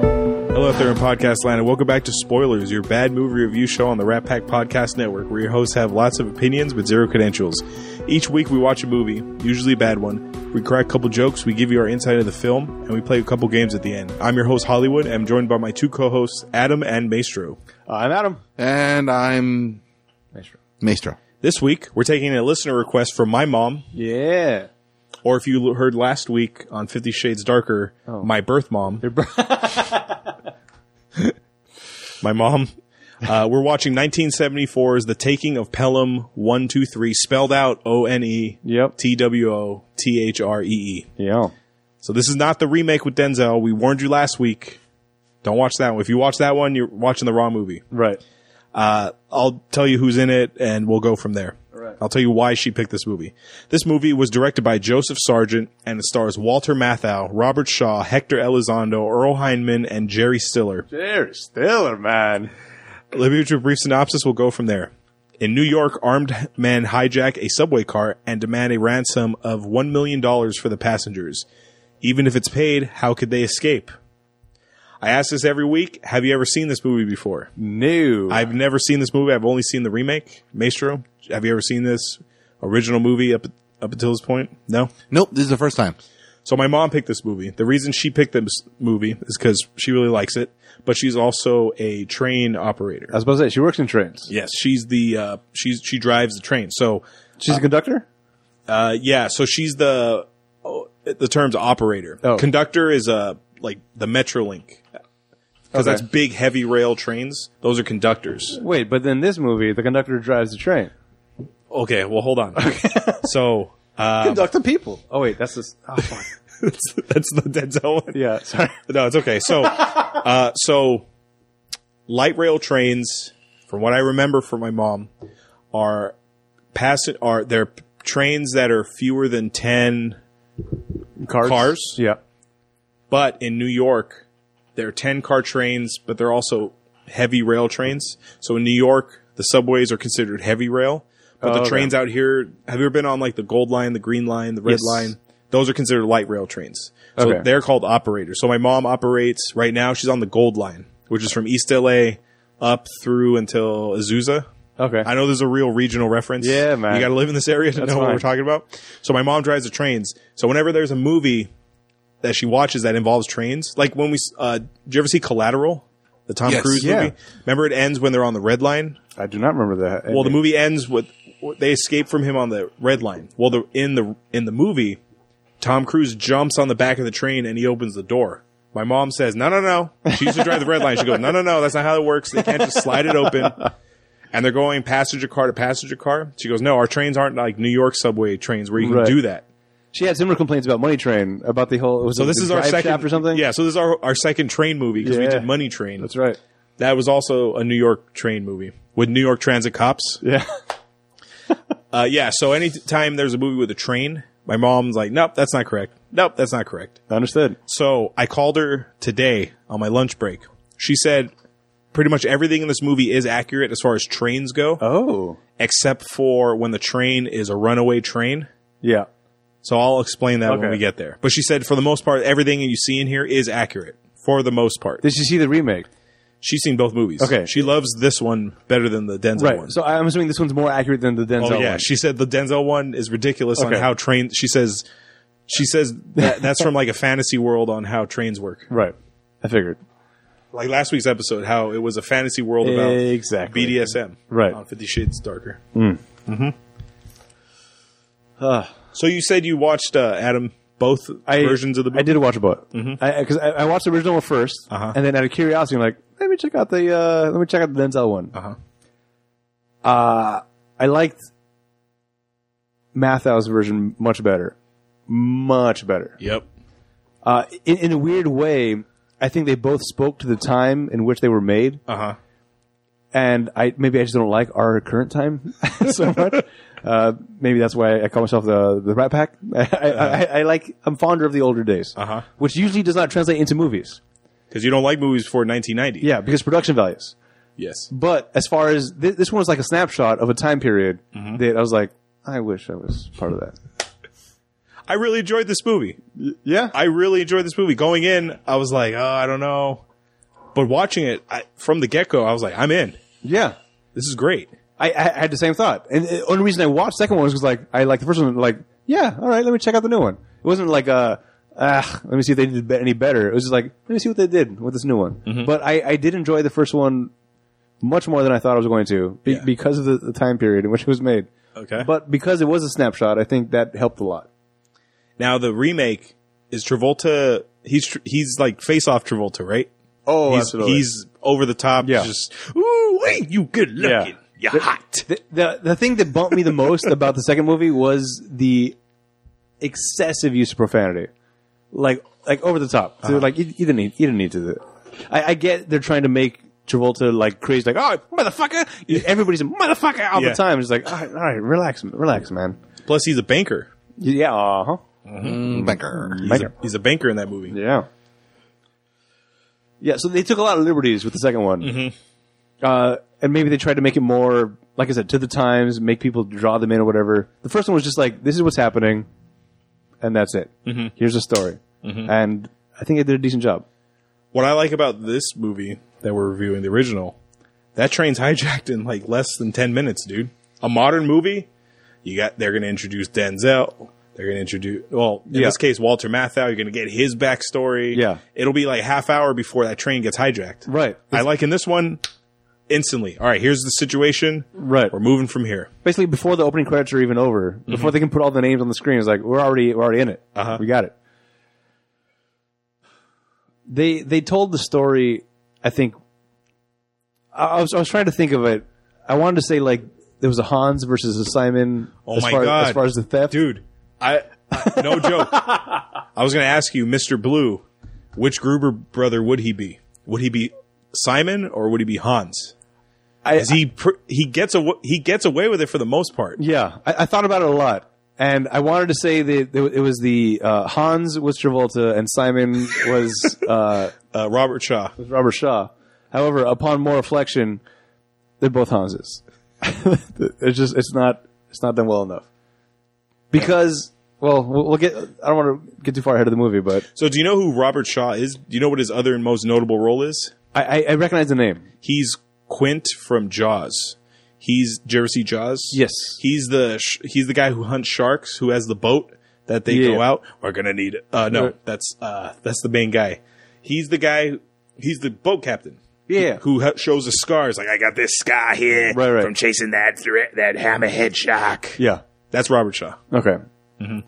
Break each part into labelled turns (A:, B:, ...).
A: Hello out there in podcast land, and welcome back to Spoilers, your bad movie review show on the Rat Pack Podcast Network, where your hosts have lots of opinions but zero credentials. Each week we watch a movie, usually a bad one. We crack a couple jokes, we give you our insight of the film, and we play a couple games at the end. I'm your host Hollywood, and I'm joined by my two co-hosts Adam and Maestro.
B: Uh, I'm Adam.
C: And I'm Maestro.
A: This week we're taking a listener request from my mom,
B: Yeah.
A: or if you l- heard last week on Fifty Shades Darker, my birth mom. my mom. Uh, we're watching 1974's The Taking of Pelham 123, spelled out O N E
B: Yep.
A: T W O T H R E E.
B: Yeah.
A: So this is not the remake with Denzel. We warned you last week. Don't watch that one. If you watch that one, you're watching the wrong movie.
B: Right.
A: Uh, I'll tell you who's in it and we'll go from there.
B: Alright.
A: I'll tell you why she picked this movie. This movie was directed by Joseph Sargent and it stars Walter Matthau, Robert Shaw, Hector Elizondo, Earl Hindman, and Jerry Stiller.
B: Jerry Stiller, man.
A: Let me give you a brief synopsis. We'll go from there. In New York, armed men hijack a subway car and demand a ransom of $1 million for the passengers. Even if it's paid, how could they escape? I ask this every week. Have you ever seen this movie before?
B: New.
A: I've never seen this movie. I've only seen the remake. Maestro, have you ever seen this original movie up, up until this point? No?
C: Nope, this is the first time.
A: So my mom picked this movie. The reason she picked this movie is because she really likes it, but she's also a train operator.
B: I was about to say she works in trains.
A: Yes, she's the uh, she's she drives the train. So
B: She's a conductor.
A: uh, yeah, so she's the oh, the term's operator.
B: Oh.
A: Conductor is uh, like the MetroLink because
B: Okay.
A: that's big heavy rail trains. Those are conductors.
B: Wait, but then this movie, the conductor drives the train.
A: Okay, well hold on. so uh,
B: Conduct the people. Oh wait, that's this. Oh, fuck.
A: that's, that's the Denzel one.
B: yeah. Sorry.
A: No, it's okay. So, uh, so light rail trains, from what I remember from my mom, are pass are they're trains that are fewer than ten,
B: Cars.
A: Cars?
B: Yeah.
A: but in New York, they're ten car trains, but they're also heavy rail trains. So in New York, the subways are considered heavy rail, but
B: Oh,
A: the
B: okay.
A: trains out here, have you ever been on like the Gold Line, the Green Line, the Red
B: Yes.
A: Line? Those are considered light rail trains. So
B: Okay.
A: they're called operators. So my mom operates right now. She's on the Gold Line, which is from East LA up through until Azusa.
B: Okay.
A: I know there's a real regional reference.
B: Yeah, man.
A: You got to live in this area to know what
B: fine.
A: we're talking about. So my mom drives the trains. So whenever there's a movie that she watches that involves trains, like when we, s- uh, did you ever see Collateral? The Tom
C: Yes.
A: Cruise
B: Yeah.
A: movie. Remember it ends when they're on the red line.
B: I do not remember that.
A: Well, the movie ends with they escape from him on the red line. Well, the in the in the movie, Tom Cruise jumps on the back of the train and he opens the door. My mom says, "No, no, no." She used to drive the red line. She goes, "No, no, no. That's not how it works. They can't just slide it open." And they're going passenger car to passenger car. She goes, "No, our trains aren't like New York subway trains where you can
B: Right.
A: do that."
B: she had similar complaints about Money Train about the whole. Was
A: So this is our second
B: or something.
A: Yeah, so this is our our second train movie because we
B: Yeah.
A: did Money Train.
B: That's right.
A: That was also a New York train movie with New York Transit cops.
B: Yeah.
A: Uh, yeah, so anytime there's a movie with a train, my mom's like, nope, that's not correct. Nope, that's not correct.
B: Understood.
A: So I called her today on my lunch break. She said pretty much everything in this movie is accurate as far as trains go,
B: Oh.
A: except for when the train is a runaway train.
B: Yeah.
A: So I'll explain that when
B: Okay.
A: we get there. But she said for the most part, everything you see in here is accurate. For the most part,
B: Did you see the remake?
A: she's seen both movies.
B: Okay.
A: she loves this one better than the Denzel
B: Right.
A: one.
B: So I'm assuming this one's more accurate than the Denzel
A: Oh yeah,
B: one.
A: she said the Denzel one is ridiculous
B: Okay.
A: on how train. She says, she says that, that's from like a fantasy world on how trains work.
B: Right. I figured.
A: Like last week's episode, how it was a fantasy world about
B: Exactly.
A: BDSM,
B: Right.
A: On Fifty Shades Darker. Mm. Hmm. so you said you watched uh, Adam both
B: I,
A: versions of the movie. Mm-hmm.
B: I did watch both. Because I, I, watched the original one first,
A: Uh-huh.
B: and then out of curiosity, I'm like, let me check out the uh, let me check out the Denzel one.
A: Uh-huh.
B: Uh, I liked Mathau's version much better, much better.
A: Yep.
B: Uh, in, in a weird way, I think they both spoke to the time in which they were made,
A: Uh huh.
B: and I maybe I just don't like our current time so much. Uh, maybe that's why I call myself the the Rat Pack. I, I, I, I like I'm fonder of the older days,
A: Uh-huh.
B: which usually does not translate into movies.
A: Because you don't like movies before 1990.
B: Yeah, because production values.
A: Yes.
B: But as far as thi- this one was like a snapshot of a time period that I was like, I wish I was part of that.
A: I really enjoyed this movie.
B: Yeah,
A: I really enjoyed this movie. Going in, I was like, oh, I don't know. But watching it I, from the get go, I was like, I'm in.
B: Yeah.
A: This is great.
B: I, I had the same thought, and the only reason I watched the second one was because like I like the first one, like yeah, all right, let me check out the new one. It wasn't like uh, ah, let me see if they did be- any better. It was just like let me see what they did with this new one.
A: Mm-hmm.
B: But I, I did enjoy the first one much more than I thought I was going to be-
A: Yeah.
B: because of the, the time period in which it was made.
A: Okay.
B: But because it was a snapshot, I think that helped a lot.
A: Now the remake is Travolta. He's tr- he's like face off Travolta, right?
B: Oh,
A: he's, he's over the top.
B: Yeah.
A: Just ooh, wait, you good looking. You're hot.
B: The, the the thing that bumped me the most about the second movie was the excessive use of profanity, like like over the top. So, Like you, you didn't need, you didn't need to. Do it. I, I get they're trying to make Travolta like crazy, like oh motherfucker. Everybody's a motherfucker all
A: Yeah.
B: the time. It's like all right, all right, relax, relax, man.
A: Plus, he's a banker.
B: Yeah, uh huh.
C: Banker.
A: He's,
B: Banker.
A: A, he's a banker in that movie.
B: Yeah. Yeah, so they took a lot of liberties with the second one. Uh, and maybe they tried to make it more, like I said, to the times, make people draw them in or whatever. The first one was just like, this is what's happening, and that's it. Here's the story. And I think they did a decent job.
A: What I like about this movie that we're reviewing, the original, that train's hijacked in like less than ten minutes, dude. A modern movie, you got they're gonna introduce Denzel. They're gonna introduce well, in
B: Yeah.
A: this case, Walter Matthau. You're gonna get his backstory.
B: Yeah.
A: it'll be like half hour before that train gets hijacked.
B: Right.
A: I like in this one instantly. All right, here's the situation.
B: Right.
A: We're moving from here.
B: Basically, before the opening credits are even over, before they can put all the names on the screen, it's like, we're already, we're already in it.
A: Mm-hmm. Uh-huh.
B: We got it. They, they told the story, I think, I I was, I was trying to think of it. I wanted to say like there was a Hans versus a Simon.
A: Oh
B: as
A: my
B: far,
A: God.
B: As far as the theft,
A: Dude, I, I- no joke. I was going to ask you, Mr. Blue, which Gruber brother would he be? Would he be Simon or would he be Hans?
B: I,
A: Is he pr- he gets away, he gets away with it for the most part.
B: yeah, I, I thought about it a lot, and I wanted to say that it, wa- it was the uh, Hans was Travolta and Simon was uh,
A: Uh, Robert Shaw.
B: Robert Shaw. However, upon more reflection, they're both Hanses. it's just it's not it's not done well enough because well we'll we'll get I don't want to get too far ahead of the movie, but
A: So do you know who Robert Shaw is? Do you know what his other and most notable role is?
B: I, I, I recognize the name.
A: He's Quint from Jaws. He's did you ever see Jaws?
B: Yes.
A: He's the sh- he's the guy who hunts sharks who has the boat that they
B: Yeah.
A: go out. We're gonna need it. Uh, no,
B: Right.
A: that's uh, that's the main guy. He's the guy. He's the boat captain.
B: Yeah.
A: Who ha- shows the scars? Like I got this scar here
B: Right, right.
A: from chasing that thre- that hammerhead shark.
B: Yeah.
A: That's Robert Shaw.
B: Okay.
A: And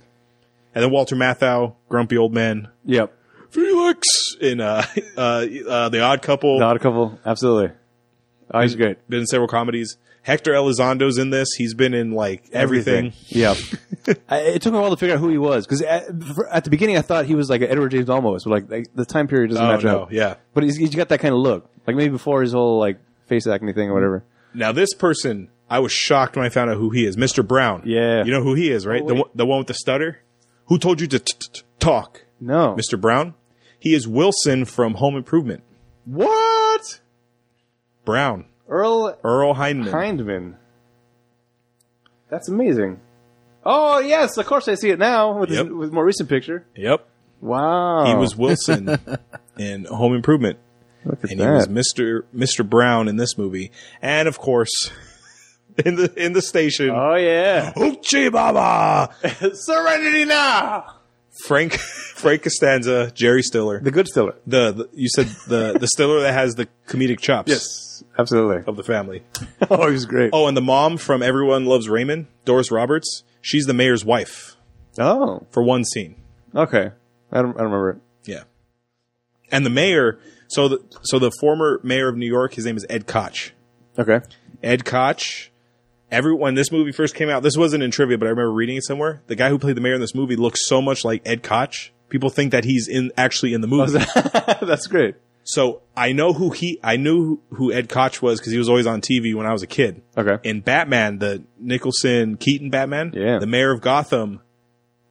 A: then Walter Matthau, grumpy old man.
B: Yep.
A: Felix in uh, uh, uh, the Odd Couple.
B: Not a couple. Absolutely. Oh, he's great.
A: Been in several comedies. Hector Elizondo's in this. He's been in like everything.
B: Yeah. I, it took me a while to figure out who he was because at, for- at the beginning I thought he was like Edward James Olmos, but like, like, the time period doesn't
A: Oh,
B: match
A: no,
B: up.
A: yeah.
B: But he's, he's got that kind of look, like maybe before his whole like face acne thing or whatever.
A: Now this person, I was shocked when I found out who he is, Mr. Brown.
B: Yeah.
A: you know who he is, right? the
B: wait.
A: one, the one with the stutter. Who told you to t- t- talk,
B: No.
A: Mr. Brown? He is Wilson from Home Improvement.
B: What?
A: Brown,
B: Earl
A: Earl Hindman.
B: Hindman. That's amazing. Oh yes, of course I see it now with
A: Yep.
B: his, with more recent picture.
A: Yep,
B: Wow.
A: he was Wilson in Home Improvement,
B: Look at
A: and
B: that.
A: he was Mr. Mr. Brown in this movie, and of course, in the in the station,
B: oh yeah.
A: Hoochie Baba,
B: Serenity now.
A: Frank Frank Costanza, Jerry Stiller.
B: The good stiller.
A: The, the you said the the Stiller that has the comedic chops.
B: Yes, absolutely.
A: of the family.
B: Oh, he's great.
A: Oh, and the mom from Everyone Loves Raymond, Doris Roberts, she's the mayor's wife
B: Oh,
A: for one scene.
B: okay. I don't, I don't remember it.
A: Yeah. And the mayor, so the, so the former mayor of New York, his name is Ed Koch.
B: Okay.
A: Ed Koch, every when this movie first came out, this wasn't in trivia, but I remember reading it somewhere. The guy who played the mayor in this movie looks so much like Ed Koch. People think that he's in actually in the
B: Oh,
A: movie.
B: That's great.
A: So I know who he, I knew who Ed Koch was because he was always on TV when I was a kid.
B: Okay.
A: In Batman, the Nicholson Keaton Batman,
B: Yeah.
A: the mayor of Gotham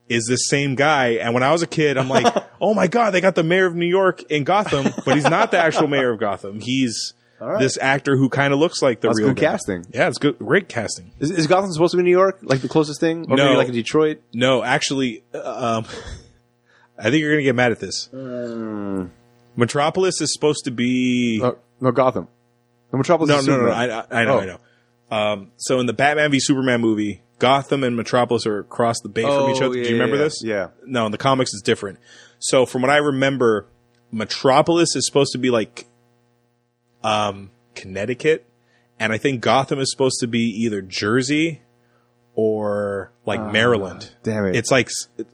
A: is this same guy. And when I was a kid, I'm like, oh my God, they got the mayor of New York in Gotham, but he's not the actual mayor of Gotham. He's
B: right.
A: this actor who kind of looks like the
B: That's
A: real
B: good
A: guy.
B: casting.
A: Yeah, it's good. Great casting.
B: Is, is Gotham supposed to be New York? Like the closest thing? Or
A: No.
B: maybe like Detroit?
A: No, actually, uh, um, I think you're going to get mad at this. Metropolis is supposed to be
B: No, no Gotham. No Metropolis.
A: no,
B: is
A: no, no, no.
B: Uh, Superman.
A: I, I- I know,
B: Oh.
A: I know. Um, so in the Batman v Superman movie, Gotham and Metropolis are across the bay from each
B: Oh,
A: other.
B: yeah,
A: Do you remember
B: yeah,
A: this?
B: yeah.
A: No, in the comics it's different. So from what I remember, Metropolis is supposed to be like, um, Connecticut, and I think Gotham is supposed to be either Jersey or like
B: Ah,
A: Maryland.
B: damn it.
A: It's like, s- but,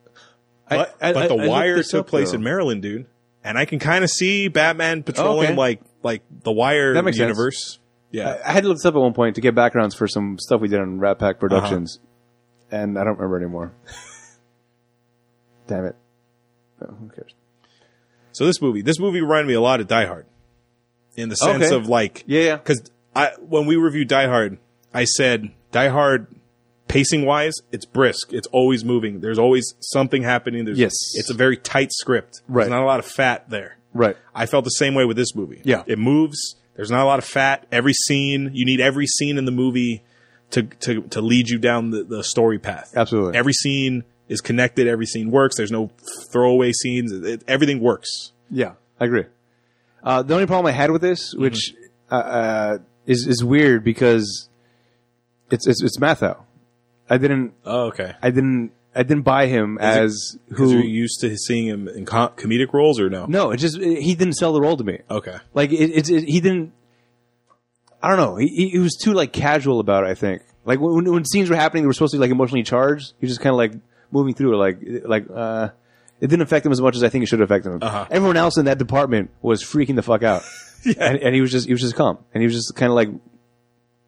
B: I- I-
A: but the
B: I looked
A: Wire
B: this
A: took
B: up,
A: place
B: though. Oh,
A: in Maryland, dude. And I can kind of see Batman patrolling
B: okay.
A: like like the Wire
B: That makes sense.
A: universe. Yeah,
B: I had to look this up at one point to get backgrounds for some stuff we did on Rat Pack Productions, and I don't remember anymore. Damn it! No, who cares?
A: So this movie, this movie reminded me a lot of Die Hard, in the sense
B: Okay.
A: of like,
B: Yeah, yeah.
A: because I when we reviewed Die Hard, I said Die Hard pacing wise, it's brisk, it's always moving, there's always something happening. There's,
B: Yes.
A: it's a very tight script.
B: Right.
A: there's not a lot of fat there.
B: Right.
A: I felt the same way with this movie.
B: Yeah.
A: It moves. There's not a lot of fat. Every scene, you need every scene in the movie to to to lead you down the, the story path.
B: Absolutely.
A: Every scene is connected. Every scene works. There's no throwaway scenes. It- it- everything works.
B: Yeah, I agree. Uh, the only problem I had with this, which uh, uh, is is weird because it's it's, it's Mathau. I didn't.
A: Oh, okay.
B: I didn't. I didn't buy him as
A: Because
B: who.
A: you're used to seeing him in com- comedic roles or no?
B: no, it just he didn't sell the role to me.
A: Okay.
B: Like it, it's it, he didn't. I don't know. He- He, he was too like casual about it. I think like when, when scenes were happening, they were supposed to be like emotionally charged. He was just kind of like moving through it, like like uh, it didn't affect him as much as I think it should have affected him.
A: Uh-huh.
B: Everyone else in that department was freaking the fuck out, and, and he was just he was just calm, and he was just kind of like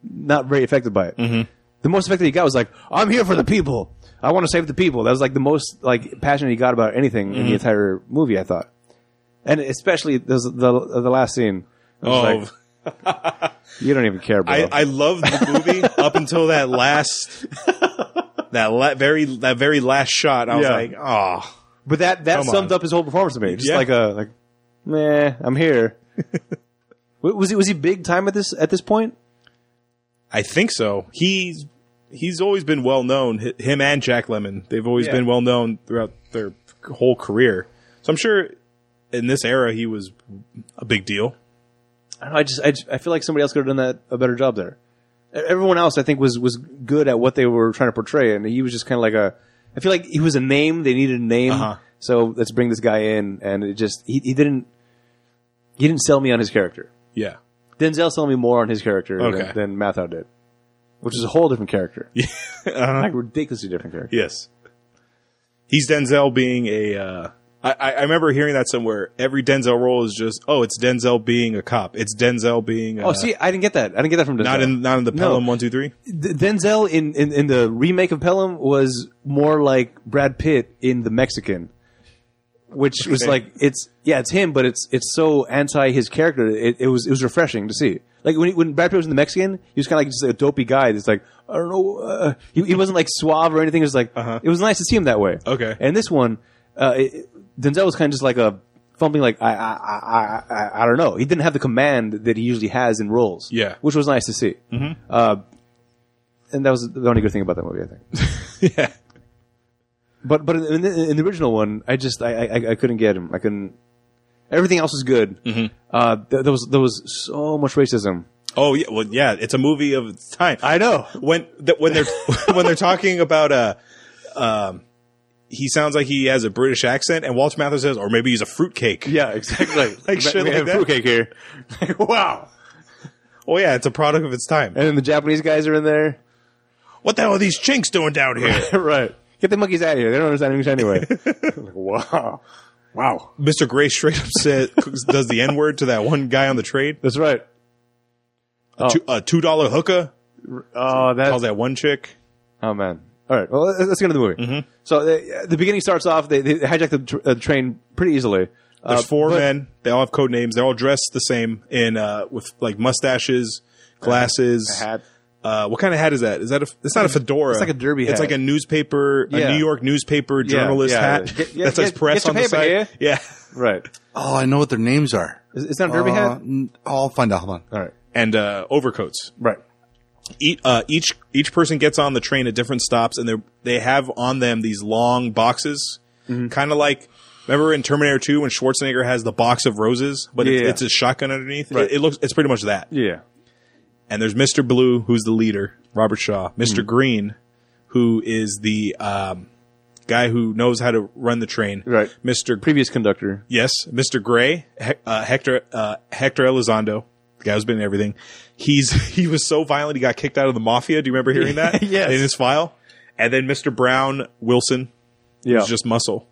B: not very affected by it. Mm-hmm. The most affected he got was like, "I'm here for the people. I want to save the people." That was like the most like passionate he got about anything
A: Mm-hmm.
B: in the entire movie. I thought, and especially this, the the last scene. I was
A: Oh,
B: like, you don't even care, bro.
A: I, I loved the movie up until that last that la- very that very last shot. I was
B: Yeah.
A: like, oh,
B: but that that
A: Come
B: summed
A: on.
B: up his whole performance to me. Just
A: Yeah.
B: like a like, nah, I'm here. W- was he was he big time at this at this point?
A: I think so. He's he's always been well known. Hi- Him and Jack Lemon, they've always
B: Yeah.
A: been well known throughout their whole career. So I'm sure in this era he was a big deal.
B: I don't know, I just I, just- I feel like somebody else could have done that a better job there. E- Everyone else I think was was good at what they were trying to portray, and he was just kind of like a. I feel like he was a name. They needed a name,
A: Uh-huh.
B: so let's bring this guy in, and it just he, he didn't he didn't sell me on his character.
A: Yeah.
B: Denzel sold me more on his character
A: Okay.
B: than, than Mathau did, which is a whole different character. Yeah, like ridiculously different character.
A: Yes. He's Denzel being a. Uh, I, I I remember hearing that somewhere. Every Denzel role is just, oh, it's Denzel being a cop. It's Denzel being. Uh,
B: Oh, see, I didn't get that. I didn't get that from Denzel.
A: not in not in the
B: No.
A: Pelham one two three.
B: D- Denzel in, in in the remake of Pelham was more like Brad Pitt in The Mexican, which was
A: Okay.
B: like it's yeah, it's him, but it's it's so anti his character. It, it was it was refreshing to see. Like when he, when Brad Pitt was in The Mexican, he was kind of like just a dopey guy. That's like I don't know. Uh, he, he wasn't like suave or anything. It was like it was nice to see him that way.
A: Uh-huh. Okay.
B: And this one, uh, it, Denzel was kind of just like a fumbling, like I, I, I, I- I, I don't know. He didn't have the command that he usually has in roles.
A: Yeah.
B: which was nice to see. Mm-hmm. Uh, and that was the only good thing about that movie, I think.
A: yeah.
B: but but in the, in the original one, I just I, I I couldn't get him. I couldn't. Everything else was good. Uh, th- there was there was so much racism.
A: Oh yeah. Well yeah. It's a movie of its time.
B: know.
A: when that when they're when they're talking about uh um he sounds like he has a British accent and Walter Matthau says or maybe he's a fruitcake.
B: Yeah, exactly.
A: Like shit
B: we
A: like
B: have
A: that.
B: fruitcake here. Like, wow.
A: Oh yeah, it's a product of its time.
B: And then the Japanese guys are in there.
A: What the hell are these chinks doing down here?
B: right. Get the monkeys out of here. They don't understand English anyway. like, wow. Wow.
A: Mr. Gray straight up says does the N word to that one guy on the trade.
B: That's right.
A: A two- A two dollar hookah
B: Oh,
A: calls
B: that's.
A: that one chick.
B: Oh, man. All right. Mm-hmm. Well, let's, let's get into the movie. So the, the beginning starts off, they, they hijack the tr- uh, train pretty easily. Uh,
A: There's four
B: but-
A: men. They all have code names. They're all dressed the same in uh with like mustaches, glasses,
B: Hat.
A: Uh, what kind of hat is that? Is that a? It's not a fedora. It's
B: like a derby
A: It's
B: hat.
A: like a newspaper, a
B: Yeah.
A: New York newspaper journalist
B: yeah.
A: hat
B: Get- get-
A: that says
B: get-
A: press
B: get your
A: on the
B: paper,
A: side.
B: yeah?
A: Yeah,
B: Right.
C: Oh, I know what their names are.
B: Is, is that a derby
C: Uh,
B: hat?
C: n- I'll find out. Hold on.
B: All right.
A: and uh, overcoats.
B: Right.
A: E- uh, each each person gets on the
B: Mm-hmm.
A: train at different stops, and they they have on them these long boxes, kind of like Remember in Terminator 2 when Schwarzenegger has the box of roses, but it's,
B: Yeah.
A: it's a shotgun underneath? It, it looks, it's pretty much that.
B: Yeah.
A: And there's Mr. Blue, who's the leader, Robert Shaw, Mr.
B: Hmm.
A: Green, who is the, um, guy who knows how to run the train.
B: Right.
A: Mr. Gr-
B: Previous conductor.
A: yes, Mr. Gray, he- uh, Hector, uh, Hector Elizondo, the guy who's been in everything. He's, he was so violent, he got kicked out of the mafia. Do you remember hearing that?
B: Yes.
A: In his file. And then Mr. Brown Wilson
B: Yeah.
A: is just muscle.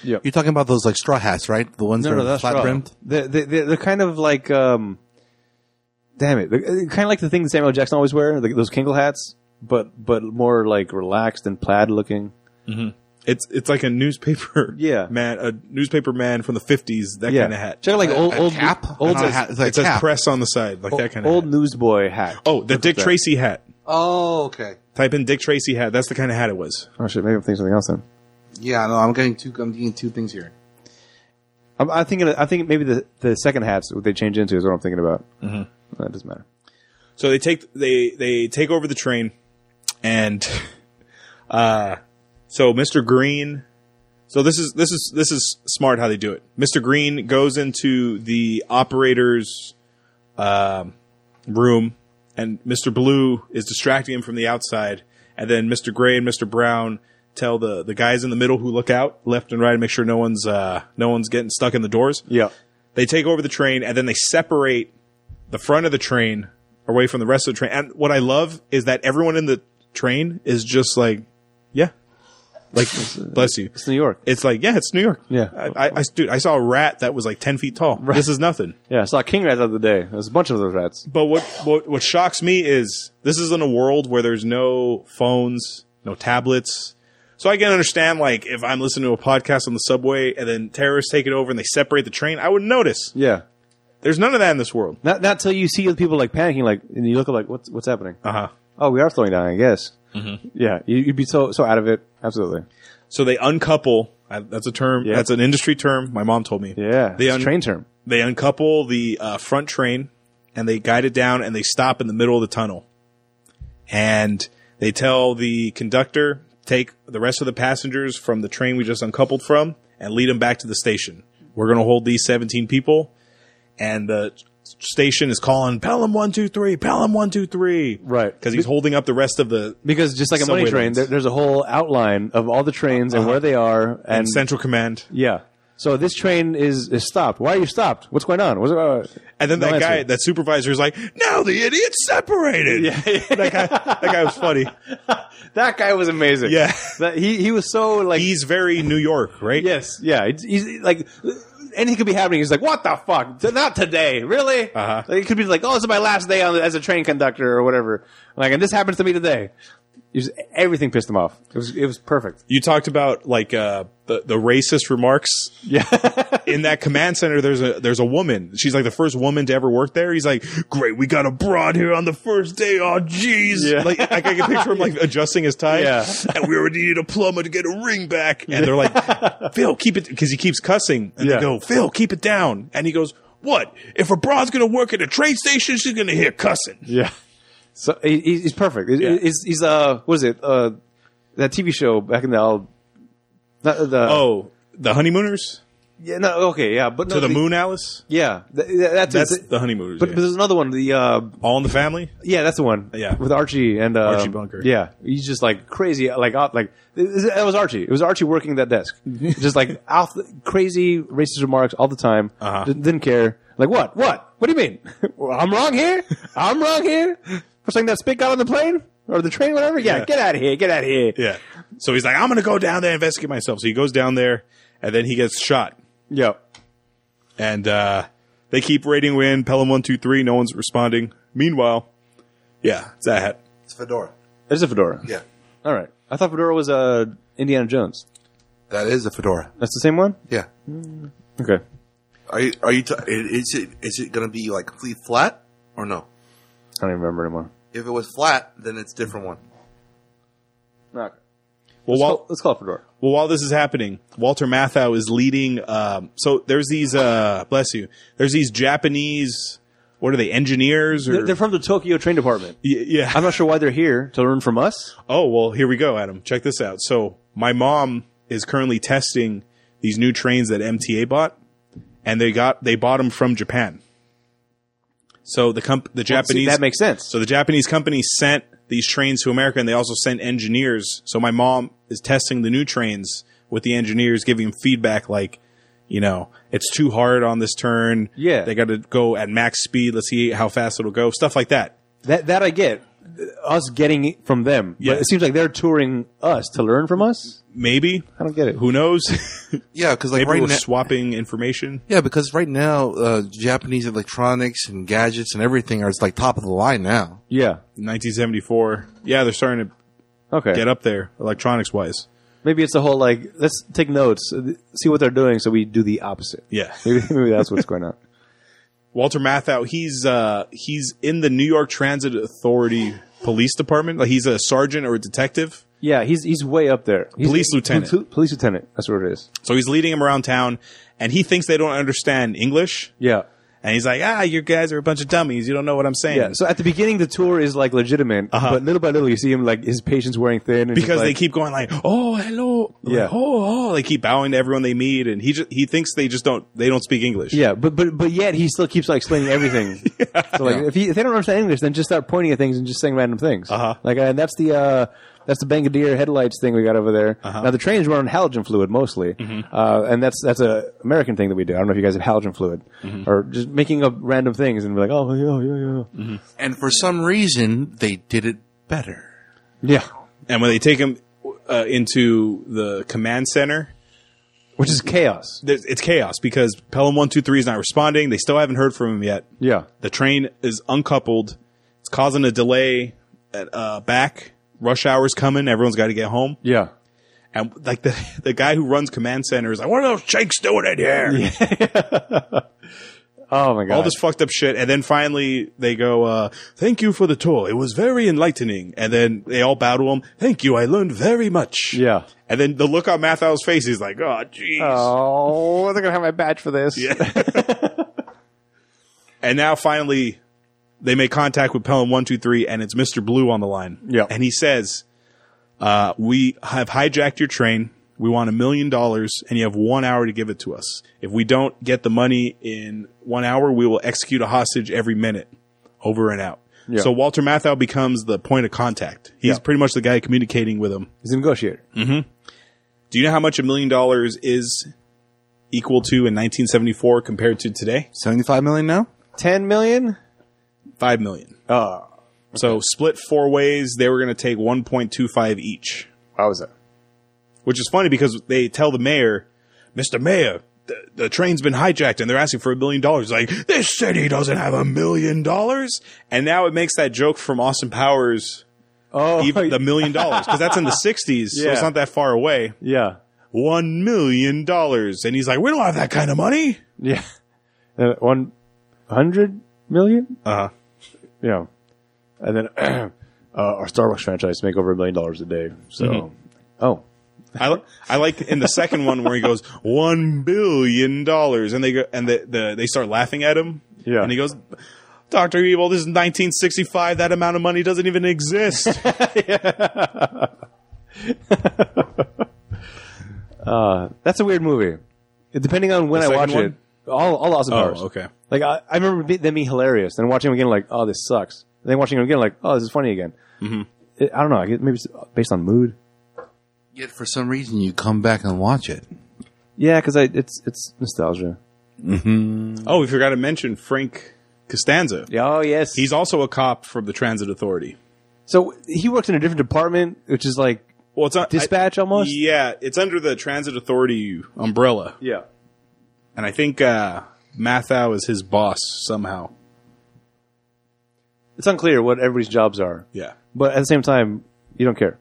C: You're talking about those like straw hats, right? The ones that are flat
B: straw.
C: brimmed.
B: They, they, they're they're kind of like, um, damn it, they're kind of like the thing that Samuel Jackson always wear, like those Kingle hats, but but more like relaxed and plaid looking.
A: It's it's like a newspaper
B: Yeah.
A: man, a newspaper man from the fifties, that
B: Yeah,
A: kind of hat.
B: Check out, like old old
C: cap?
B: old,
C: Not a hat, it's like
A: it says
C: cap.
A: press on the side, like that kind of
B: old
A: hat.
B: newsboy hat.
A: Oh, the Dick
B: that.
A: Tracy hat.
C: Oh, okay.
A: Type in Dick Tracy hat. That's the kind of hat it was.
B: Oh shit, maybe I'm thinking something else then.
C: Yeah, no, I'm getting two. I'm getting two things here.
B: I'm, I'm thinking. I think maybe the the second hats what they change into is what I'm thinking about. Mm-hmm. That doesn't matter.
A: So they take they they take over the train, and uh, so Mr. Green. So this is this is this is smart how they do it. Mr. Green goes into the operator's um, room, and Mr. Blue is distracting him from the outside, and then Mr. Gray and Mr. Brown tell the the guys in the middle who look out left and right and make sure no one's uh, no one's getting stuck in the doors.
B: Yeah.
A: they take over the train and then they separate the front of the train away from the rest of the train. And what I love is that everyone in the train is just like, yeah, like bless you.
B: It's New York.
A: It's like, yeah, it's New York.
B: Yeah.
A: I, I, I, dude, I saw a rat that was like 10 feet tall. This is nothing.
B: Yeah, I saw King Rat the other day. There's a bunch of those rats.
A: But what, what, what shocks me is this is in a world where there's no phones, no tablets. So I can understand, like, if I'm listening to a podcast on the subway and then terrorists take it over and they separate the train, I would notice.
B: Yeah.
A: There's none of that in this world.
B: Not not till you see other people like panicking, like, and you look up, like, what's what's happening?
A: Uh huh.
B: Oh, we are slowing down, I guess. Yeah, you, you'd be so so out of it. Absolutely.
A: So they uncouple. I, that's a term.
B: Yeah.
A: That's an industry term. My mom told me.
B: Yeah.
A: They
B: it's
A: un-
B: train term.
A: They uncouple the uh, front train and they guide it down and they stop in the middle of the tunnel. And they tell the conductor take the rest of the passengers from the train we just uncoupled from and lead them back to the station. We're going to hold these 17 people and the station is calling Pelham 123, Pelham 123.
B: Right.
A: Cuz he's holding up the rest of the
B: Because just like a
A: Subway
B: money train,
A: lines.
B: there, there's a whole outline of all the trains and where they are, and,
A: central command.
B: yeah. So this train is, is stopped. Why are you stopped? What's going on? What's, uh,
A: And then
B: No
A: that
B: answer.
A: guy, that supervisor, is like, "Now the idiots separated." Yeah, that guy, that guy was funny.
B: that guy was amazing.
A: Yeah.
B: That, he he was so like
A: He's very New York, right?
B: Yes, yeah. He's, he's like anything could be happening. He's like, "What the fuck? T- Not today, really?"
A: Uh-huh.
B: Like, it could be like, "Oh, this is my last day on, as a train conductor or whatever." Like, and this happens to me today. He was- everything pissed him off. It was it was perfect.
A: You talked about like uh, the the racist remarks
B: Yeah,
A: in that command center. There's a there's a woman. She's like the first woman to ever work there. He's like, "Great, we got a broad here on the first day." Oh, jeez.
B: Yeah.
A: Like I can picture him like adjusting his tie.
B: Yeah.
A: And we already need a plumber to get a ring back. And they're like, "Phil, keep it," because he keeps cussing. And
B: Yeah.
A: they go, "Phil, keep it down." And he goes. What if a broad's gonna work at a train station? She's gonna hear cussing.
B: yeah. So he, he- he's perfect. He-
A: Yeah.
B: He's he's uh what is it uh that TV show back in the old, not the
A: Oh, the honeymooners
B: yeah no okay yeah but no,
A: to the moon, Alice.
B: yeah th- th- that's it.
A: That's the honeymooners.
B: But,
A: yeah.
B: but there's another one the uh
A: All in the family.
B: Yeah, that's the one.
A: Yeah.
B: with Archie and uh,
A: Archie Bunker.
B: Yeah, he's just like crazy, like out, like that was Archie. It was Archie working that desk, just like out, crazy racist remarks all the time.
A: Uh-huh.
B: D- didn't care. Like what? What? What do you mean? Well, I'm wrong here. I'm wrong here for saying that spit got on the plane or the train, whatever. Yeah,
A: Yeah.
B: get out of here. Get out of here.
A: Yeah. So he's like, I'm gonna go down there and investigate myself. So he goes down there, and then he gets shot.
B: Yeah.
A: And uh, they keep raiding in Pelham one two three. No one's responding. Meanwhile, yeah, it's that hat.
C: It's fedora.
B: It's a fedora.
C: Yeah,
B: All right. I thought fedora was uh, Indiana Jones.
C: that is a fedora.
B: That's the same one.
C: Yeah.
B: Okay.
C: Are you? Are you? T- is it? Is it going to be like completely flat or no?
B: I don't even remember anymore.
C: If it was flat, then it's a different one.
B: Okay.
A: Well,
B: Let's,
A: while
B: call, let's call it fedora.
A: well, while this is happening, Walter Matthau is leading. Um, so there's these. Uh, bless you. There's these Japanese. What are they? Engineers or
B: They're, they're from the Tokyo train department.
A: Y- yeah.
B: I'm not sure why they're here to learn from us.
A: Oh, well, here we go, Adam. Check this out. So my mom is currently testing these new trains that MTA bought, and they got they bought them from Japan. So the comp the
B: See,
A: Japanese
B: that makes sense.
A: so the Japanese company sent these trains to America, and they also sent engineers. So my mom is testing the new trains with the engineers, giving them feedback like, you know, it's too hard on this turn.
B: Yeah.
A: they got to go at max speed. Let's see how fast it'll go. Stuff like that.
B: That that I get. uh, Us getting it from them.
A: Yeah.
B: But it seems like they're touring us to learn from us.
A: Maybe
B: I don't get it.
A: who knows?
C: Yeah, because like
A: Maybe
C: right
A: we're
C: now,
A: swapping information.
C: yeah, because right now, uh, Japanese electronics and gadgets and everything are it's like top of the line now.
B: Yeah.
A: 1974. Yeah, they're starting to
B: Okay.
A: get up there electronics wise.
B: Maybe it's the whole like let's take notes, uh, see what they're doing, so we do the opposite.
A: Yeah.
B: Maybe, maybe that's what's going on.
A: Walter Matthau, he's uh he's in the New York Transit Authority Police Department. Like he's a sergeant or a detective.
B: Yeah, he's he's way up there. He's-
A: Police lieutenant.
B: pol- police lieutenant. That's what it is.
A: So he's leading him around town and he thinks they don't understand English.
B: Yeah.
A: And he's like, ah, you guys are a bunch of dummies. You don't know what I'm saying.
B: Yeah. Uh-huh. So at the beginning, the tour is like legitimate, but little by little, you see him like his patience wearing thin and he's
A: because they
B: like-
A: keep going like, oh, hello. Like,
B: Yeah.
A: oh, oh. They keep bowing to everyone they meet. And he just, he thinks they just don't, they don't speak English.
B: Yeah, but but but yet he still keeps like explaining everything. So like if, he, if they don't understand English, then just start pointing at things and just saying random things.
A: Uh-huh.
B: Like uh, that's the uh, that's the Bangadeer headlights thing we got over there.
A: Uh-huh.
B: Now the trains run on halogen fluid mostly,
A: Mm-hmm.
B: uh, and that's that's a American thing that we do. I don't know if you guys have halogen fluid
A: Mm-hmm.
B: or just making up random things and be like, oh yeah yeah yeah
C: And for some reason, they did it better.
B: yeah,
A: And when they take him uh, into the command center,
B: which is chaos.
A: there's, it's chaos because Pelham 123 is not responding. They still haven't heard from him yet.
B: Yeah,
A: The train is uncoupled. It's causing a delay at, uh, back. Rush hour's coming. Everyone's got to get home.
B: yeah.
A: And like the the guy who runs command center is like, what are those shakes doing in here?
B: Oh my god.
A: All this fucked up shit. And then finally they go, uh, thank you for the tour. It was very enlightening. And then they all bow to him. Thank you. I learned very much.
B: Yeah.
A: And then the look on Mathau's face, he's like, oh, jeez.
B: Oh, they're gonna have my badge for this.
A: And now finally, they make contact with Pelham One Two Three, and it's Mister Blue on the line.
B: Yeah.
A: and he says, uh, "We have hijacked your train. We want a million dollars, and you have one hour to give it to us. If we don't get the money in one hour, we will execute a hostage every minute, over and out."
B: Yeah.
A: So Walter Matthau becomes the point of contact. He's
B: Yeah.
A: pretty much the guy communicating with him.
B: He's a negotiator.
A: Do you know how much a million dollars is equal to in 1974 compared to today?
C: Seventy-five million now.
B: Ten million.
A: Five million.
B: Oh,
A: So split four ways, they were going to take 1.25 each,
B: how was that?
A: which is funny because they tell the mayor, Mr. Mayor, the, the train's been hijacked and they're asking for a million dollars. Like, this city doesn't have a million dollars. And now it makes that joke from Austin Powers,
B: Oh,
A: even the million dollars, because that's in the 60s, so
B: Yeah.
A: it's not that far away.
B: yeah,
A: One million dollars. And he's like, we don't have that kind of money.
B: yeah. Uh, One hundred million.
A: Uh huh.
B: Yeah, and then uh, our Starbucks franchise make over a million dollars a day. So, oh,
A: I, li- I like in the second one where he goes one billion dollars, and they go and the, the they start laughing at him.
B: Yeah.
A: and he goes, Doctor Evil, this is 1965. That amount of money doesn't even exist.
B: that's a weird movie. It- Depending on when I
A: second
B: watch
A: one?
B: it, all all awesome powers. Like I, I remember be- them being hilarious, and watching them again, like oh this sucks. And then watching them again, like oh this is funny again. Mm-hmm. I don't know. I guess maybe it's based on mood.
C: Yet for some reason, you come back and watch it.
B: Yeah, because it's it's nostalgia.
A: Oh, we forgot to mention Frank Costanza.
B: Yeah, Oh yes,
A: He's also a cop from the Transit Authority.
B: so he works in a different department, which is like
A: Well, it's not,
B: dispatch
A: I,
B: almost.
A: yeah, it's under the Transit Authority umbrella,
B: Yeah.
A: and I think uh, Mathau is his boss somehow.
B: It's unclear what everybody's jobs are,
A: Yeah,
B: but at the same time, you don't care.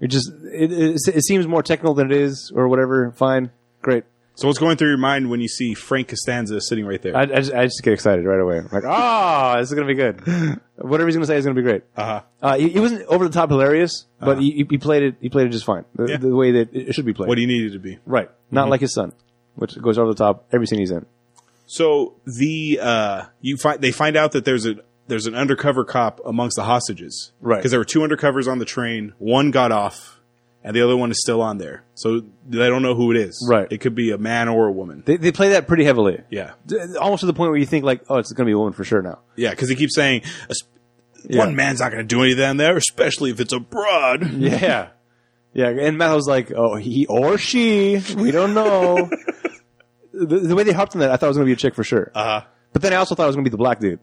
B: It just it, it, it seems more technical than it is, or whatever. Fine, great.
A: So what's going through your mind when you see Frank Costanza sitting right there?
B: I, I, just, I just get excited right away. I'm like, ah, this is gonna be good. Whatever he's gonna say is gonna be great.
A: Uh-huh.
B: Uh, he, he wasn't over the top hilarious, but he, he played it. He played it just fine, the,
A: Yeah.
B: the way that it should be played.
A: What Mm-hmm. he needed to be.
B: right, not like his son, which goes over the top every scene he's in.
A: So the uh, you find they find out that there's a there's an undercover cop amongst the hostages,
B: Right.
A: Because there were two undercovers on the train. One got off, and the other one is still on there. So they don't know who it is.
B: Right.
A: It could be a man or a woman.
B: They, they play that pretty heavily.
A: yeah.
B: D- Almost to the point where you think like, oh, it's going to be a woman for sure now.
A: Yeah, because he keeps saying, "A sp- one man's not going to do anything there, especially if it's abroad.
B: Yeah. Yeah, and Matt was like, "Oh, he or she, we don't know." the, the way they hopped on that, I thought it was going to be a chick for sure.
A: Uh,
B: But then I also thought it was going to be the black dude.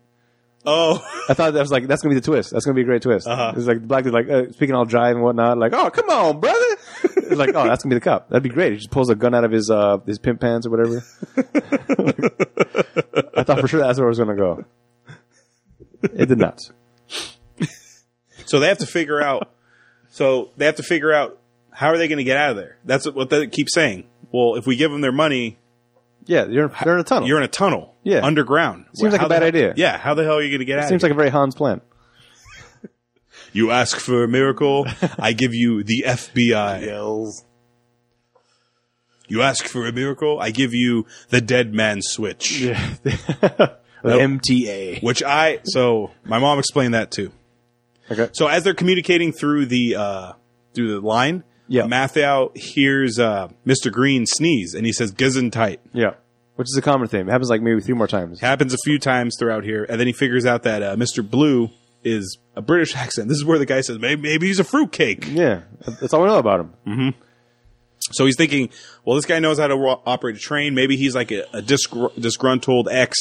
A: oh,
B: I thought that was like, "That's going to be the twist. That's going to be a great twist."
A: Uh-huh.
B: It's like the black dude, like uh, speaking all dry and whatnot, like, "Oh, come on, brother." It's like, "Oh, that's going to be the cop. That'd be great." He just pulls a gun out of his uh, his pimp pants or whatever. I thought for sure that's where it was going to go. It did not.
A: so they have to figure out. So they have to figure out how are they going to get out of there. That's what they keep saying. Well, if we give them their money,
B: Yeah, you're they're in a tunnel.
A: you're in a tunnel,
B: Yeah.
A: underground.
B: Seems like
A: How
B: a bad
A: the-
B: idea.
A: Yeah, how the hell are you going to get out?
B: Seems
A: of
B: like a very Hans plan.
A: here? you ask for a miracle, I give you the FBI. You ask for a miracle, I give you the dead man switch.
B: Yeah. MTA.
A: which I so my mom explained that too.
B: Okay.
A: So as they're communicating through the uh through the line,
B: Yeah.
A: Mathau hears uh Mr. Green sneeze and he says Gesundheit.
B: Yeah. Which is a common theme. It happens like maybe three more times.
A: Happens a few times throughout here, and then he figures out that uh, Mr. Blue is a British accent. This is where the guy says maybe, maybe he's a fruitcake.
B: Yeah. That's all we know about him.
A: So he's thinking, well, this guy knows how to ro- operate a train. Maybe he's like a, a disgr- disgruntled ex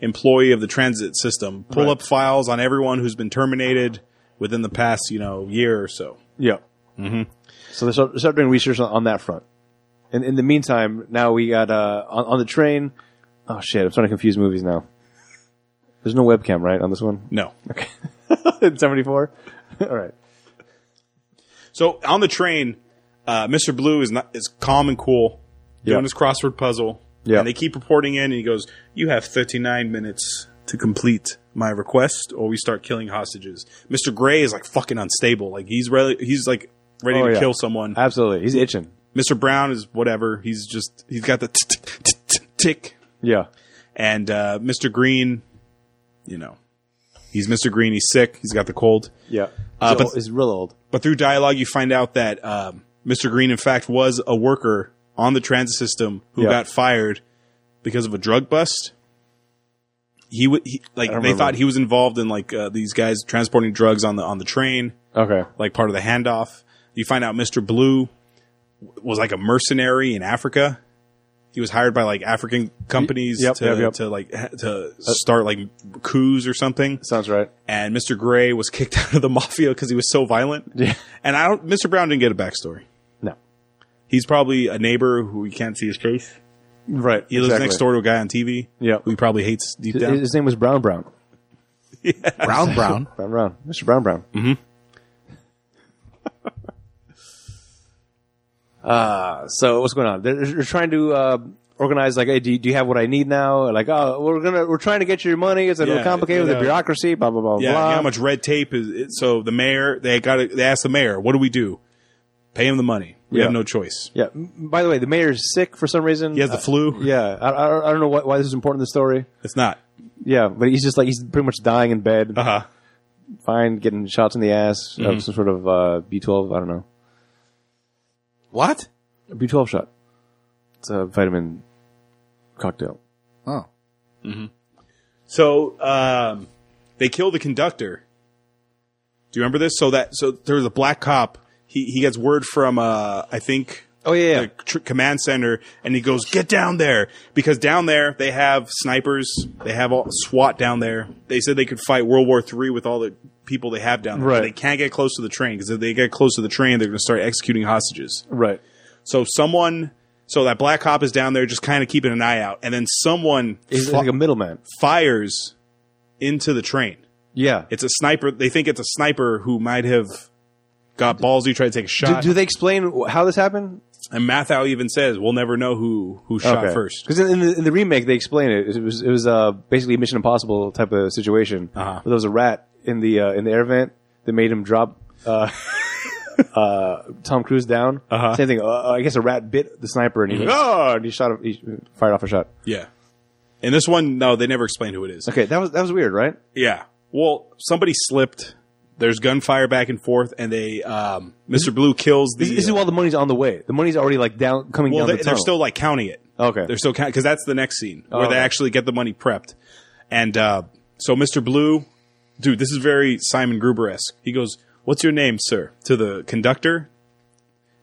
A: employee of the transit system. Pull up files on everyone who's been terminated within the past, you know, year or so.
B: Yeah. Mm-hmm. So they start, start doing research on, on that front. And in the meantime, now we got uh, on, on the train. Oh, shit. I'm starting to confuse movies now. There's no webcam, right, on this one?
A: No.
B: Okay. In 74? all right.
A: So on the train, uh, Mr. Blue is not is calm and cool, doing
B: Yeah.
A: his crossword puzzle.
B: Yeah.
A: And they keep reporting in, and he goes, "You have 39 minutes to complete my request, or we start killing hostages." Mr. Gray is like fucking unstable. Like he's really he's like ready
B: Oh,
A: to
B: yeah.
A: kill someone.
B: Absolutely. He's itching.
A: Mr. Brown is whatever. He's just he's got the t- t- t- t- tick,
B: Yeah.
A: and uh, Mr. Green, you know, he's Mr. Green. He's sick. He's got the cold.
B: Yeah.
A: Uh,
B: He's
A: but-
B: ol- he's real old.
A: But through dialogue, you find out that um, Mr. Green, in fact, was a worker on the transit system who
B: Yeah.
A: got fired because of a drug bust. He, w- he like they
B: remember.
A: thought he was involved in like uh, these guys transporting drugs on the on the train,
B: Okay.
A: like part of the handoff. You find out Mr. Blue w- was like a mercenary in Africa. He was hired by like African companies
B: yep,
A: to,
B: yep, yep. Uh,
A: to like ha- to start like coups or something
B: Sounds right.
A: and Mr. Gray was kicked out of the mafia because he was so violent.
B: Yeah.
A: And I don't. Mr. Brown didn't get a backstory.
B: No.
A: He's probably a neighbor who we can't see his face.
B: Right.
A: He lives next door to a guy on TV.
B: Yeah.
A: who he probably hates deep
B: His,
A: down.
B: his name was Brown Brown.
C: Brown, brown.
B: Brown Brown. Mr. Brown Brown. Mm-hmm. uh, so what's going on? They're, they're trying to uh, organize like, hey, do you, do you have what I need now? Like, oh, we're gonna we're trying to get you your money. It's a little
A: Yeah,
B: complicated with
A: yeah.
B: the bureaucracy. Blah blah blah
A: Yeah, you know
B: blah.
A: how much red tape is it? so the mayor they got to they asked the mayor, "What do we do? Pay him the money. We
B: Yeah.
A: have no choice.
B: yeah. M- By the way, the mayor's sick for some reason.
A: He has the
B: Uh,
A: flu.
B: yeah, I, I, don't- I don't know why, why this is important in the story.
A: It's not.
B: Yeah, but he's just like he's pretty much dying in bed,
A: Uh huh.
B: fine, getting shots in the ass
A: Mm-hmm.
B: of some sort of uh, B twelve. I don't know.
C: What?
B: A B12 shot. It's a vitamin cocktail.
C: Oh.
A: So um, they kill the conductor. Do you remember this? So that so there was a black cop. He he gets word from uh I think
B: Oh yeah,
A: the tr- command center and he goes get down there because down there they have snipers they have all swat down there they said they could fight world war III with all the people they have down there
B: Right.
A: they can't get close to the train because if they get close to the train they're going to start executing hostages
B: right.
A: so someone so that black cop is down there just kind of keeping an eye out and then someone
B: He's
A: fi-
B: like a middleman.
A: fires into the train
B: Yeah.
A: it's a sniper they think it's a sniper who might have got ballsy tried to take a
B: Do,
A: shot
B: do they explain wh- how this happened?
A: and mathau even says we'll never know who who shot first
B: because in, in, the- in the remake they explain it. It was it was uh, basically a Mission Impossible type of situation.
A: Uh-huh.
B: But There was a rat in the uh, in the air vent that made him drop uh, uh, Tom Cruise down.
A: Uh-huh. Mm-hmm.
B: Same thing. Uh, I guess a rat bit the sniper and he went, oh, and he shot. A, he fired off a shot.
A: Yeah. And this one, no, they never explained who it is.
B: Okay, that was that was weird, right?
A: Yeah. Well, somebody slipped. There's gunfire back and forth, and they um, Mr. Blue kills the.
B: This, this is while the money's on the way. The money's already like down, coming
A: well,
B: down
A: they,
B: the
A: they're
B: tunnel.
A: still like counting it.
B: Okay. Oh.
A: They're still because that's the next scene where they
B: okay.
A: actually get the money prepped, and uh, so Mr. Blue, dude, this is very Simon Gruber esque. He goes, "What's your name, sir?" to the conductor,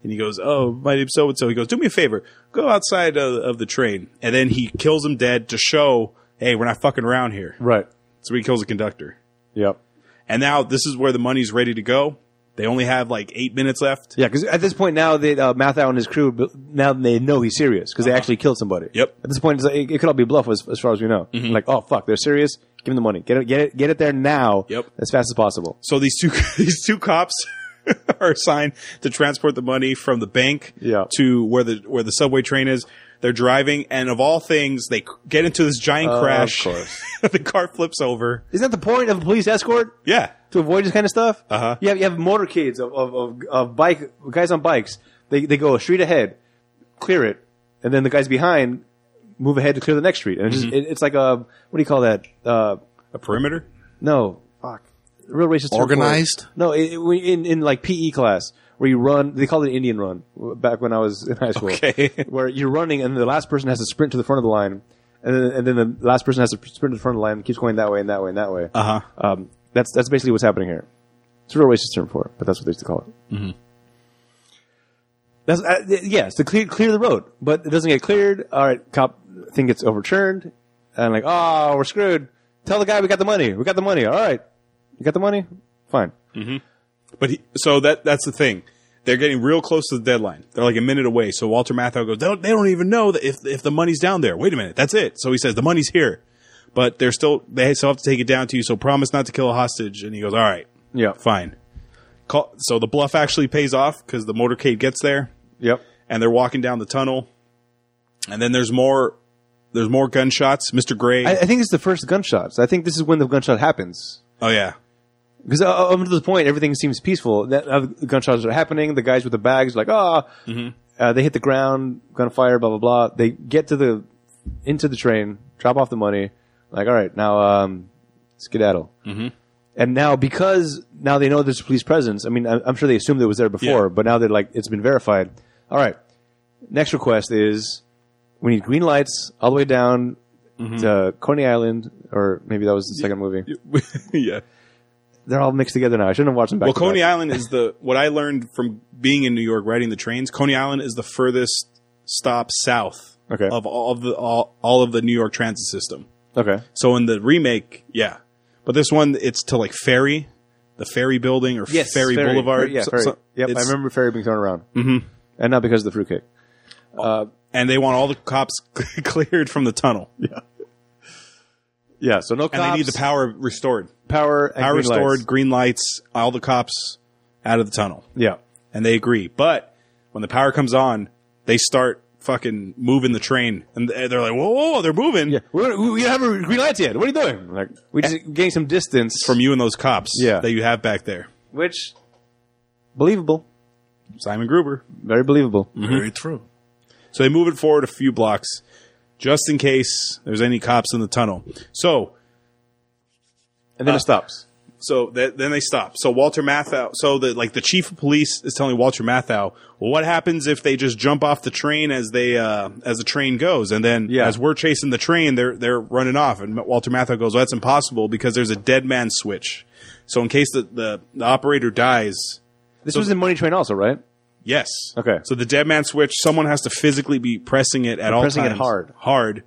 A: and he goes, "Oh, my name's so and so." He goes, "Do me a favor, go outside of, of the train," and then he kills him dead to show, "Hey, we're not fucking around here."
B: right.
A: So he kills the conductor,
B: Yep.
A: and now this is where the money's ready to go. They only have like eight minutes left.
B: Yeah, because at this point now, they, uh, Mathau and his crew bu- now they know he's serious because they actually killed somebody.
A: Uh-huh. Yep. Mm-hmm.
B: At this point, it's like, it, it could all be bluff as, as far as we know. Like, oh fuck, they're serious. Give them the money. Get it, get it, get it there now.
A: Yep.
B: As fast as possible.
A: So these two these two cops are assigned to transport the money from the bank
B: Yeah.
A: to where the where the subway train is. They're driving, and of all things, they c- get into this giant
B: of
A: crash.
B: course.
A: the car flips over.
B: Isn't that the point of a police escort?
A: Yeah,
B: to avoid this kind of stuff.
A: Uh-huh.
B: You have you have motorcades of of, of, of bike guys on bikes. They they go a street ahead, clear it, and then the guys behind move ahead to clear the next street. And it's,
A: Mm-hmm.
B: just, it, it's like a what do you call that? Uh,
A: a perimeter.
B: no, fuck, real racist. term for it.
C: Organized?
B: No, it, it- we- in in like PE class where you run. They called it Indian run w- back when I was in high school.
A: Okay.
B: where you're running and the last person has to sprint to the front of the line. And then, and then the last person has to sprint to the front of the line and keeps going that way and that way and that way.
A: Uh huh.
B: Um, that's that's basically what's happening here. It's a real racist term for it, but that's what they used to call it. Mm-hmm. That's uh, th- yes, to clear clear the road, but it doesn't get cleared. All right, cop thing gets overturned, and like, oh, we're screwed. Tell the guy we got the money. We got the money. All right, you got the money. Fine.
A: But he, so that that's the thing. They're getting real close to the deadline. They're like a minute away. So Walter Matthau goes, they don't, they don't even know that if if the money's down there. Wait a minute, that's it. So he says the money's here, but they're still they still have to take it down to you. So promise not to kill a hostage. And he goes, all right.
B: Yeah.
A: fine. Call, so the bluff actually pays off because the motorcade gets there
B: Yep.
A: and they're walking down the tunnel. And then there's more, there's more gunshots. Mr. Gray.
B: I, I think it's the first gunshots. I think this is when the gunshot happens.
A: oh yeah.
B: Because uh, up to this point, everything seems peaceful. That, uh, the gunshots are happening. The guys with the bags are like, ah, uh, they hit the ground, gunfire, blah blah blah. They get to the into the train, drop off the money. Like, all right, now um, skedaddle. Mm-hmm. And now because now they know there's police presence. I mean, I, I'm sure they assumed it was there before,
A: Yeah.
B: but now they're like, it's been verified. All right, next request is we need green lights all the way down to Coney Island, or maybe that was the second movie.
A: yeah.
B: They're all mixed together now. I shouldn't have watched them back.
A: Well,
B: to back.
A: Coney Island is the, what I learned from being in New York riding the trains, Coney Island is the furthest stop south
B: Okay.
A: of all of the, all, all of the New York transit system.
B: Okay.
A: So in the remake, yeah. But this one, it's to like Ferry, the Ferry building or Ferry, Boulevard.
B: Yeah,
A: So-
B: Ferry.
A: so
B: yep, I
A: it's-
B: remember Ferry being thrown around. Mm-hmm. And not because of the fruitcake.
A: and they want all the cops cleared from the tunnel,
B: Yeah, so no cops.
A: and they need the power restored.
B: power and
A: Power
B: green lights.
A: restored, green lights, all the cops out of the tunnel,
B: Yeah.
A: and they agree. But when the power comes on, they start fucking moving the train, and they're like, "Whoa, whoa, whoa, they're moving
B: Yeah. We're, we we don't have green lights yet. What are you doing? Eh. Like, we just gain some distance
A: from you and those cops
B: Yeah.
A: that you have back there."
B: which believable,
A: Simon Gruber.
B: very believable.
C: Very true.
A: So they move it forward a few blocks just in case there's any cops in the tunnel. So
B: And then it stops.
A: So th- then they stop. So Walter Matthau, so the like the chief of police is telling Walter Matthau, well, what happens if they just jump off the train as they uh, as the train goes, and then
B: Yeah.
A: as we're chasing the train, they're they're running off, and Walter Matthau goes, well, that's impossible because there's a dead man switch. So in case the the, the operator dies,
B: This was in Money Train also, right?
A: yes,
B: Okay.
A: So the dead man switch, someone has to physically be pressing it at all
B: pressing it
A: times,
B: hard.
A: hard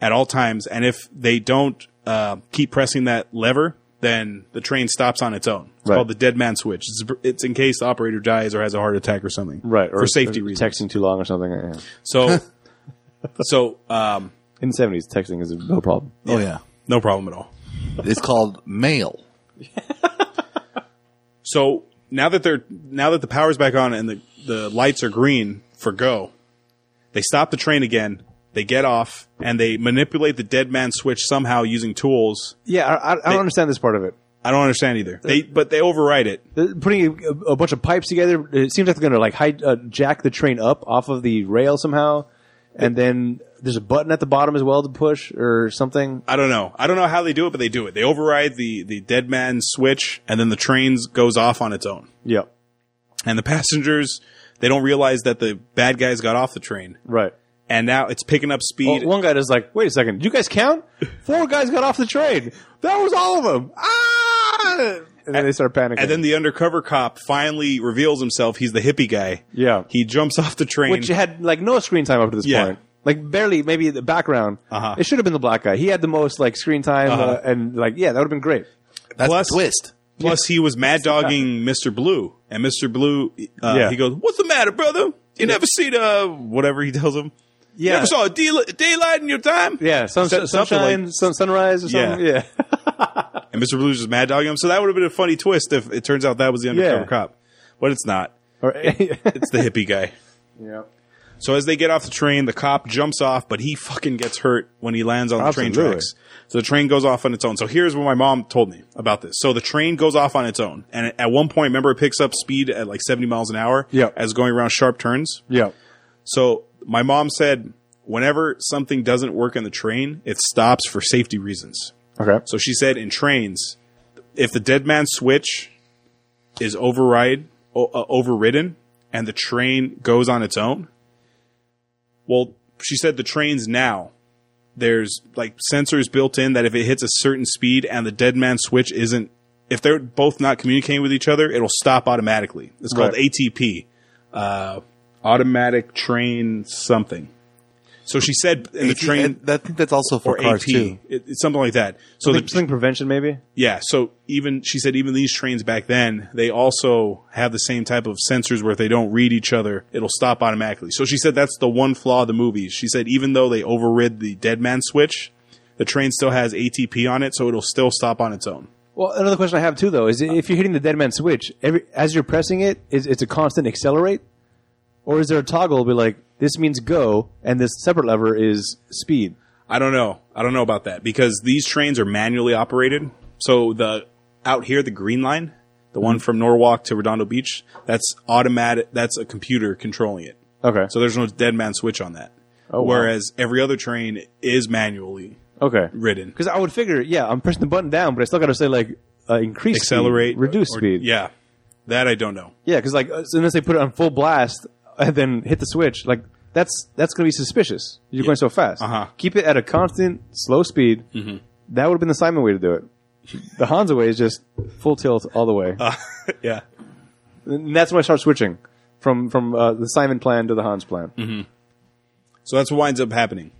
A: at all times, and if they don't uh, keep pressing that lever, then the train stops on its own. It's
B: Right.
A: called the dead man switch. It's, it's in case the operator dies or has a heart attack or something,
B: Right. Or
A: for safety
B: or
A: reasons.
B: Texting too long or something. yeah.
A: So, so um,
B: In the 70s, texting is no problem.
C: Oh, yeah.
A: no problem at all.
C: It's called mail.
A: So now that they're now that the power's back on and the the lights are green for go, they stop the train again. They get off and they manipulate the dead man switch somehow using tools.
B: Yeah, I, I, I don't understand this part of it.
A: I don't understand either. They but they override it.
B: They're putting a, a bunch of pipes together. It seems like they're going to like hide, uh, jack the train up off of the rail somehow, and then there's a button at the bottom as well to push or something.
A: I don't know. I don't know how they do it, but they do it. They override the the dead man switch, and then the train goes off on its own.
B: Yeah,
A: And the passengers they don't realize that the bad guys got off the train,
B: right.
A: and now it's picking up
B: Well,
A: speed.
B: one guy is like, "Wait a second, did you guys count? Four guys got off the train. That was all of them." Ah! And then they start panicking.
A: and then the undercover cop finally reveals himself. He's the hippie guy.
B: Yeah.
A: He jumps off the train.
B: which had like no screen time up to this
A: Yeah.
B: point. Like barely, maybe the background.
A: Uh-huh.
B: It should have been the black guy. He had the most like screen time, uh
A: Uh-huh.
B: and like yeah, that would have been great.
C: That's
A: Plus-
C: a twist.
A: Plus, he was mad dogging Mr. Blue, and Mr. Blue, uh,
B: Yeah.
A: he goes, "What's the matter, brother? You never seen uh whatever he tells him. You
B: Yeah,
A: never saw a deal- daylight in your time."
B: yeah, sun,
A: Some- something
B: sunshine,
A: like-
B: sun, sunrise, or something. Yeah,
A: And Mr. Blue's just mad dogging him. So that would have been a funny twist if it turns out that was the undercover
B: Yeah.
A: cop, but it's not.
B: Or-
A: It's the hippie guy.
B: yeah.
A: So as they get off the train, the cop jumps off, but he fucking gets hurt when he lands on the train
B: Absolutely.
A: tracks. So the train goes off on its own. So here's what my mom told me about this. So the train goes off on its own, and at one point, remember, it picks up speed at like 70 miles an hour
B: Yeah.
A: as going around sharp turns.
B: yeah.
A: So my mom said, whenever something doesn't work on the train, it stops for safety reasons.
B: Okay.
A: So she said in trains, if the dead man switch is override o- uh, overridden and the train goes on its own, well, she said the trains now there's like sensors built in that if it hits a certain speed and the dead man switch isn't if they're both not communicating with each other, it'll stop automatically. It's called
B: Right.
A: ATP, uh, automatic train something. So she said in the
C: It-
A: train
C: and I think that's also for
A: or
C: cars
A: AP,
C: too.
A: It- it's something like that. So the,
B: Something prevention, maybe.
A: yeah, so even she said even these trains back then, they also have the same type of sensors where if they don't read each other, it'll stop automatically. So she said that's the one flaw of the movie. She said even though they overrid the dead man switch, the train still has ATP on it, so it'll still stop on its own.
B: Well, another question I have too, though, is if you're hitting the dead man switch, every as you're pressing it, is it's a constant accelerate, or is there a toggle to be like this means go, and this separate lever is speed?
A: I don't know. I don't know about that because these trains are manually operated. So the out here, the green line, the one from Norwalk to Redondo Beach, that's automatic. That's a computer controlling it.
B: Okay.
A: So there's no dead man switch on that.
B: Oh, wow.
A: Whereas every other train is manually
B: okay.
A: ridden.
B: Because I would figure, yeah, I'm pressing the button down, but I still got to say like uh, increase, speed,
A: Accelerate,
B: reduce
A: or-
B: speed.
A: Yeah, that I don't know.
B: yeah, because like uh, so unless they put it on full blast and then hit the switch, like that's that's gonna be suspicious. You're going so fast.
A: Uh-huh.
B: Keep it at a constant slow speed. That would have been the Simon way to do it. The Hansa way is just full tilt all the way,
A: yeah,
B: and that's when I start switching from from uh, the Simon plan to the Hans plan.
A: so that's what winds up happening.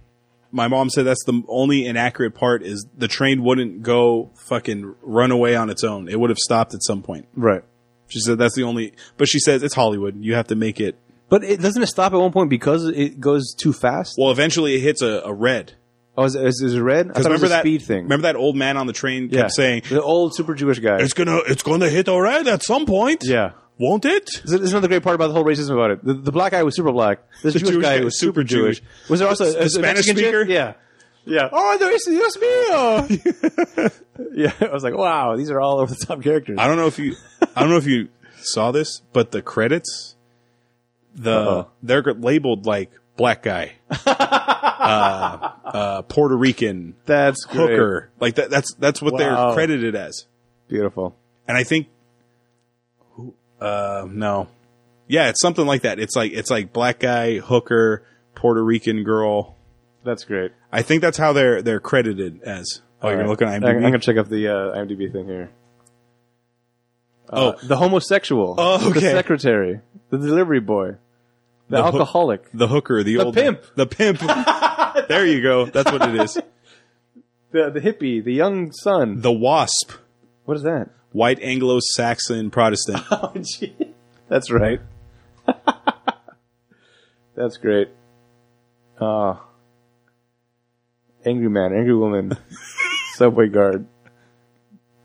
A: My mom said that's the only inaccurate part is the train wouldn't go fucking run away on its own. It would have stopped at some point.
B: Right.
A: She said that's the only, but she says it's Hollywood. You have to make it.
B: But it doesn't it stop at one point because it goes too fast.
A: Well, eventually it hits a, a red.
B: Oh, is, is, is it red? I thought it was
A: remember
B: a
A: that
B: speed thing.
A: Remember that old man on the train
B: yeah.
A: kept saying
B: the old super Jewish guy.
A: it's gonna it's gonna hit a red at some point.
B: yeah.
A: won't it?
B: This is another great part about the whole racism about it. The, the black guy was super black. This Jewish,
A: Jewish
B: guy
A: guy
B: was
A: was super
B: super Jewish.
A: Jewish.
B: Was there also
A: The
B: a, a
A: Spanish
B: Mexican chick?
A: speaker?
B: Yeah, yeah. Oh, there is Dios mío. yeah, I was like, wow, these are all over the top characters.
A: I don't know if you I don't know if you saw this, but the credits the
B: Uh-oh.
A: they're labeled like black guy, uh, uh, Puerto Rican,
B: That's great.
A: hooker. Like that that's that's what
B: Wow.
A: they're credited as.
B: Beautiful.
A: And I think uh, no. Yeah, it's something like that. It's like it's like black guy, hooker, Puerto Rican girl.
B: That's great.
A: I think that's how they're they're credited as. Oh, you're gonna
B: All right.
A: look at
B: I'm,
A: IMDb.
B: I'm gonna check up the uh, IMDb thing here. Uh,
A: Oh.
B: the homosexual.
A: Oh,
B: The
A: okay.
B: secretary. The delivery boy. The,
A: The hook-
B: alcoholic.
A: the hooker, the, old
B: pimp.
A: the pimp. there you go. That's what it is.
B: The the hippie. The young son.
A: The wasp.
B: What is that?
A: white Anglo-Saxon Protestant.
B: Oh, gee. That's right. That's great. Ah. angry man, angry woman, subway guard.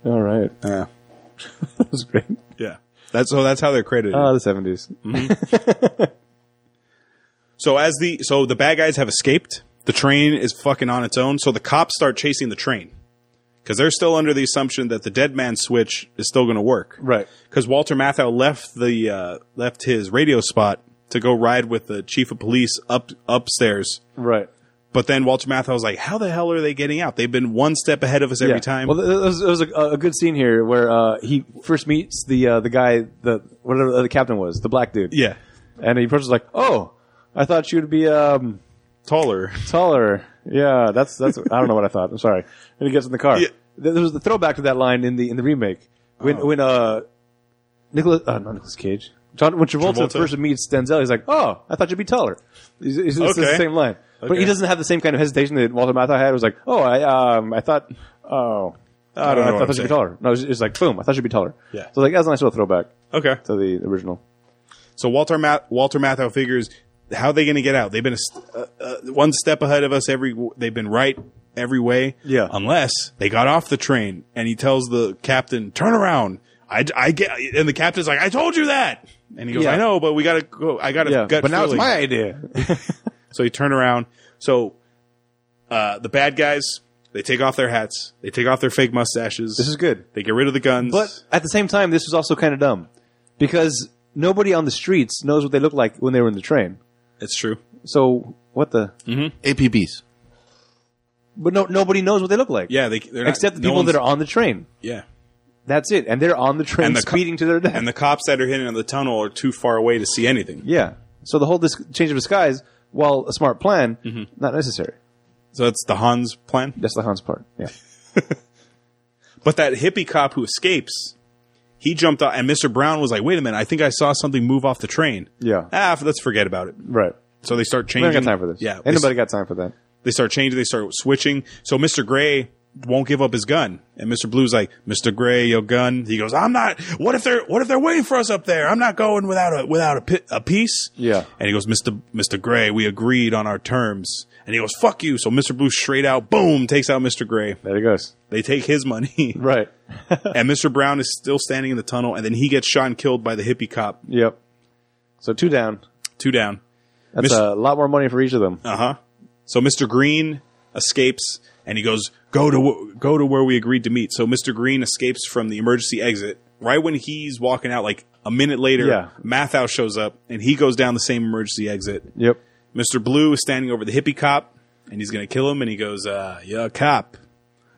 B: All right.
A: yeah.
B: That was great.
A: yeah. That's so that's how they're credited.
B: Ah, the 70s.
A: Mm. so as the so the bad guys have escaped, the train is fucking on its own, so the cops start chasing the train. Cuz they're still under the assumption that the dead man switch is still going to work.
B: Right.
A: Cuz Walter Matthau left the uh left his radio spot to go ride with the chief of police up upstairs
B: Right.
A: But then Walter Matthau was like, "How the hell are they getting out? They've been one step ahead of us every
B: Yeah.
A: time."
B: Well, there was, there was a, a good scene here where uh, he first meets the uh, the guy, the whatever the captain was, the black dude.
A: yeah,
B: and he approaches like, "Oh, I thought you'd be um,
A: taller.
B: taller." Yeah, that's that's. I don't know what I thought. I'm sorry. And he gets in the car.
A: Yeah.
B: There there was the throwback to that line in the in the remake when when uh, Nicholas uh, not Nicholas Cage. John, when Travolta,
A: Travolta.
B: first meets Denzel, he's like, "Oh, I thought you'd be taller." He's, he's, it's
A: Okay.
B: the same line, but
A: Okay.
B: he doesn't have the same kind of hesitation that Walter Matthau had. It was like, "Oh, I um, I thought, oh, I
A: don't know what
B: I,
A: I'm
B: thought you'd
A: saying.
B: be taller." No, it's it's like, "Boom, I thought you'd be taller."
A: Yeah.
B: So like, that's a nice little throwback
A: Okay,
B: to the original.
A: so Walter Ma- Walter Matthau figures, "How are they going to get out? They've been a st- uh, uh, one step ahead of us every. They've been right every way.
B: Yeah.
A: unless they got off the train." And he tells the captain, "Turn around." I, I get, and the captain's like, "I told you that." And he goes,
B: Yeah.
A: "I know, but we got to go. I got to
B: Yeah,
A: gut
B: but now it's
A: feeling."
B: my idea.
A: So he turned around. So uh, the bad guys, they take off their hats, they take off their fake mustaches.
B: This is good.
A: They get rid of the guns.
B: But at the same time, this was also kind of dumb because nobody on the streets knows what they look like when they were in the train.
A: it's true.
B: So what the?
C: APBs.
B: But no, nobody knows what they look like.
A: Yeah, they they're not,
B: except the
A: no
B: people that
A: one's-
B: are on the train.
A: yeah,
B: That's it, and they're on the train
A: And the co-
B: speeding to their death.
A: and the cops that are hidden in the tunnel are too far away to see anything.
B: yeah. So the whole dis- change of disguise, while a smart plan,
A: Mm-hmm.
B: not necessary.
A: So that's the Hans plan.
B: That's the Hans part. Yeah.
A: But that hippie cop who escapes, he jumped out, and Mr. Brown was like, "Wait a minute, I think I saw something move off the train."
B: Yeah.
A: Ah, f- let's forget about it.
B: Right.
A: So they start
B: We
A: changing.
B: don't got time for this.
A: Yeah,
B: Ain't
A: they
B: nobody got time for that.
A: they start changing, they start switching. So Mr. Gray won't give up his gun. And Mr. Blue's like, Mr. Gray, your gun. He goes, I'm not, what if they're, what if they're waiting for us up there? I'm not going without a, without a, pi- a piece.
B: Yeah.
A: And he goes, Mr. Mr. Gray, we agreed on our terms. And he goes, fuck you. So Mr. Blue straight out, boom, takes out Mr. Gray.
B: There it goes.
A: They take his money.
B: Right.
A: and Mr. Brown is still standing in the tunnel. And then he gets shot and killed by the hippie cop.
B: Yep. So two down.
A: Two down.
B: That's
A: Mr.
B: a lot more money for each of them.
A: Uh huh. So Mr. Green escapes and he goes, "Go to wh- go to where we agreed to meet." So Mr. Green escapes from the emergency exit. Right when he's walking out, like a minute later,
B: Yeah.
A: Mathau shows up and he goes down the same emergency exit.
B: Yep.
A: Mr. Blue is standing over the hippie cop and he's gonna kill him. And he goes, uh, "You're a cop.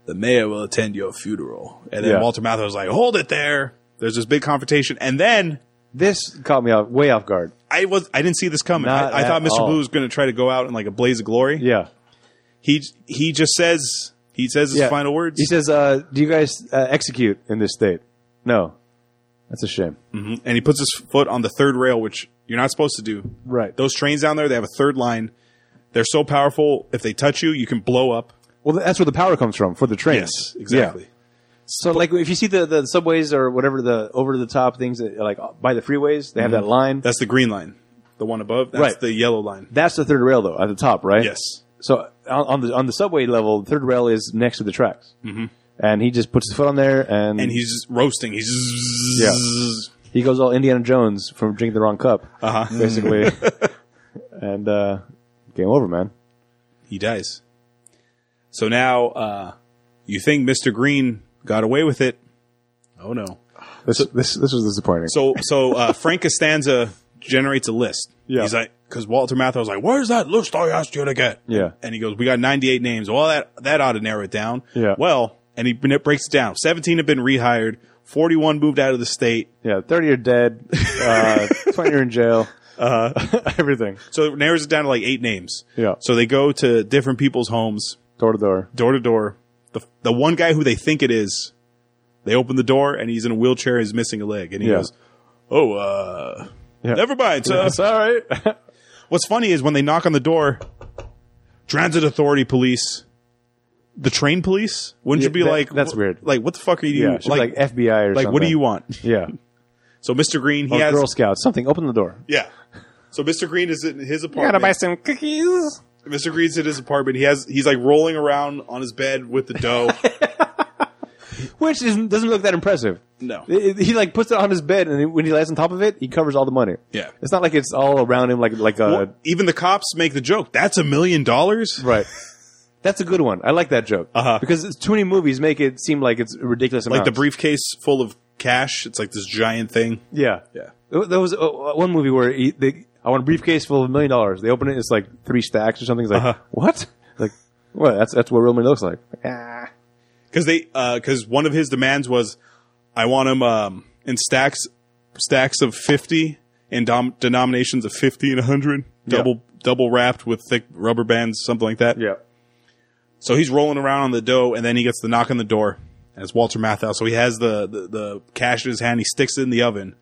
A: The mayor will attend your funeral." And then
B: Yeah.
A: Walter Mathau's like, "Hold it there." There's this big confrontation, and then
B: This caught me off way off guard.
A: I was I didn't see this coming.
B: Not
A: I, I thought
B: at
A: Mr.
B: all.
A: Blue was going to try to go out in like a blaze of glory
B: Yeah.
A: he he just says he says his
B: Yeah.
A: final words.
B: He says, uh, "Do you guys uh, execute in this state?" No, that's a shame.
A: and he puts his foot on the third rail, which you're not supposed to do.
B: Right.
A: Those trains down there, they have a third line. They're so powerful. If they touch you, you can blow up.
B: Well, that's where the power comes from for the train.
A: exactly.
B: Yeah. So, like, if you see the, the subways or whatever the over the top things, that, like by the freeways, they have that line.
A: That's the green line, the one above. That's
B: Right.
A: the yellow line.
B: That's the third rail, though, at the top, right?
A: Yes.
B: So on, on the on the subway level, the third rail is next to the tracks, mm-hmm. and he just puts his foot on there, and,
A: And he's just roasting. He's
B: Yeah. he goes all Indiana Jones from drinking the wrong cup,
A: Uh-huh.
B: basically, and uh, game over, man.
A: He dies. So now uh, you think Mr. Green got away with it? Oh no.
B: This this this was disappointing.
A: So so uh, Frank Costanza generates a list.
B: Yeah.
A: He's like, because Walter Matthau's like, "Where's that list I asked you to get?"
B: Yeah.
A: And he goes, "We got 98 names. Well, that that ought to narrow it down."
B: Yeah.
A: Well, and he br- breaks it down. 17 have been rehired. 41 moved out of the state.
B: Yeah, thirty are dead, uh, twenty are in jail.
A: Uh-huh.
B: Uh, everything
A: So it narrows it down to like eight names.
B: Yeah.
A: So they go to different people's homes,
B: door to door.
A: door to door. The the one guy who they think it is, they open the door and he's in a wheelchair. He's missing a leg, and he
B: Yeah.
A: goes, "Oh, uh,
B: Yeah.
A: never mind. Uh,
B: That's all right.
A: What's funny is when they knock on the door, transit authority police, the train police. Wouldn't
B: Yeah,
A: you be
B: that-
A: like,
B: that's
A: wh-
B: weird.
A: Like, what the fuck are you?
B: Yeah, it should be like,
A: like, like,
B: FBI or something. Oh,
A: what do you want?
B: Yeah,
A: So Mr. Green, he
B: or
A: has
B: Girl Scouts. Something. Open the door.
A: yeah. So Mr. Green is in his apartment.
B: some cookies.
A: Mr. Green's in his apartment. He has he's like rolling around on his bed with the dough.
B: Which isn't, doesn't look that impressive.
A: No.
B: It- it- he like puts it on his bed, and then when he lies on top of it, he covers all the money.
A: Yeah.
B: it's not like it's all around him, like like a
A: Well, even the cops make the joke. That's a million dollars.
B: right. That's a good one. I like that joke
A: Uh-huh.
B: because it's too many movies make it seem like it's a ridiculous.
A: Like
B: amount.
A: the briefcase full of cash. It's like this giant thing.
B: Yeah,
A: Yeah.
B: There there was uh, one
A: Uh-huh.
B: movie where he, they, I want a briefcase full of a million dollars. They open it, it's like three stacks or something. It's like, what? Well, that's that's what real money looks like. Ah.
A: because they because one of his demands was I want him um, in stacks stacks of fifty in dom- denominations of fifty and hundred, double double wrapped with thick rubber bands, something like that.
B: Yeah.
A: So he's rolling around on the dough, and then he gets the knock on the door, and it's Walter Matthau. So he has the the, the cash in his hand. He sticks it in the oven.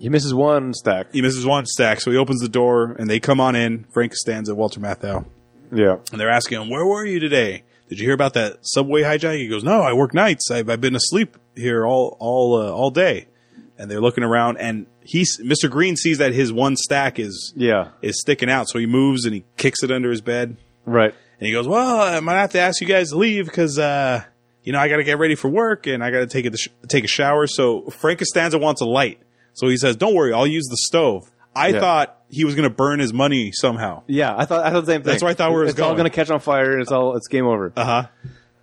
B: He misses one stack.
A: He misses one stack, so he opens the door, and they come on in. Frank Costanza, Walter Matthau,
B: Yeah.
A: and they're asking him, "Where were you today? Did you hear about that subway hijack?" He goes, "No, I work nights. I've, I've been asleep here all all uh, all day." And they're looking around, and he's Mr. Green sees that his one stack is
B: Yeah.
A: is sticking out, so he moves and he kicks it under his bed,
B: Right.
A: and he goes, "Well, I might have to ask you guys to leave because." Uh, you know, I got to get ready for work and I got to take a, sh- take a shower. So Frank Costanza wants a light. So he says, don't worry, I'll use the stove. I
B: Yeah.
A: thought he was going to burn his money somehow.
B: Yeah. I thought I thought the same thing.
A: That's where I thought we were
B: It's all
A: going.
B: going to catch on fire. and It's all it's game over.
A: Uh huh.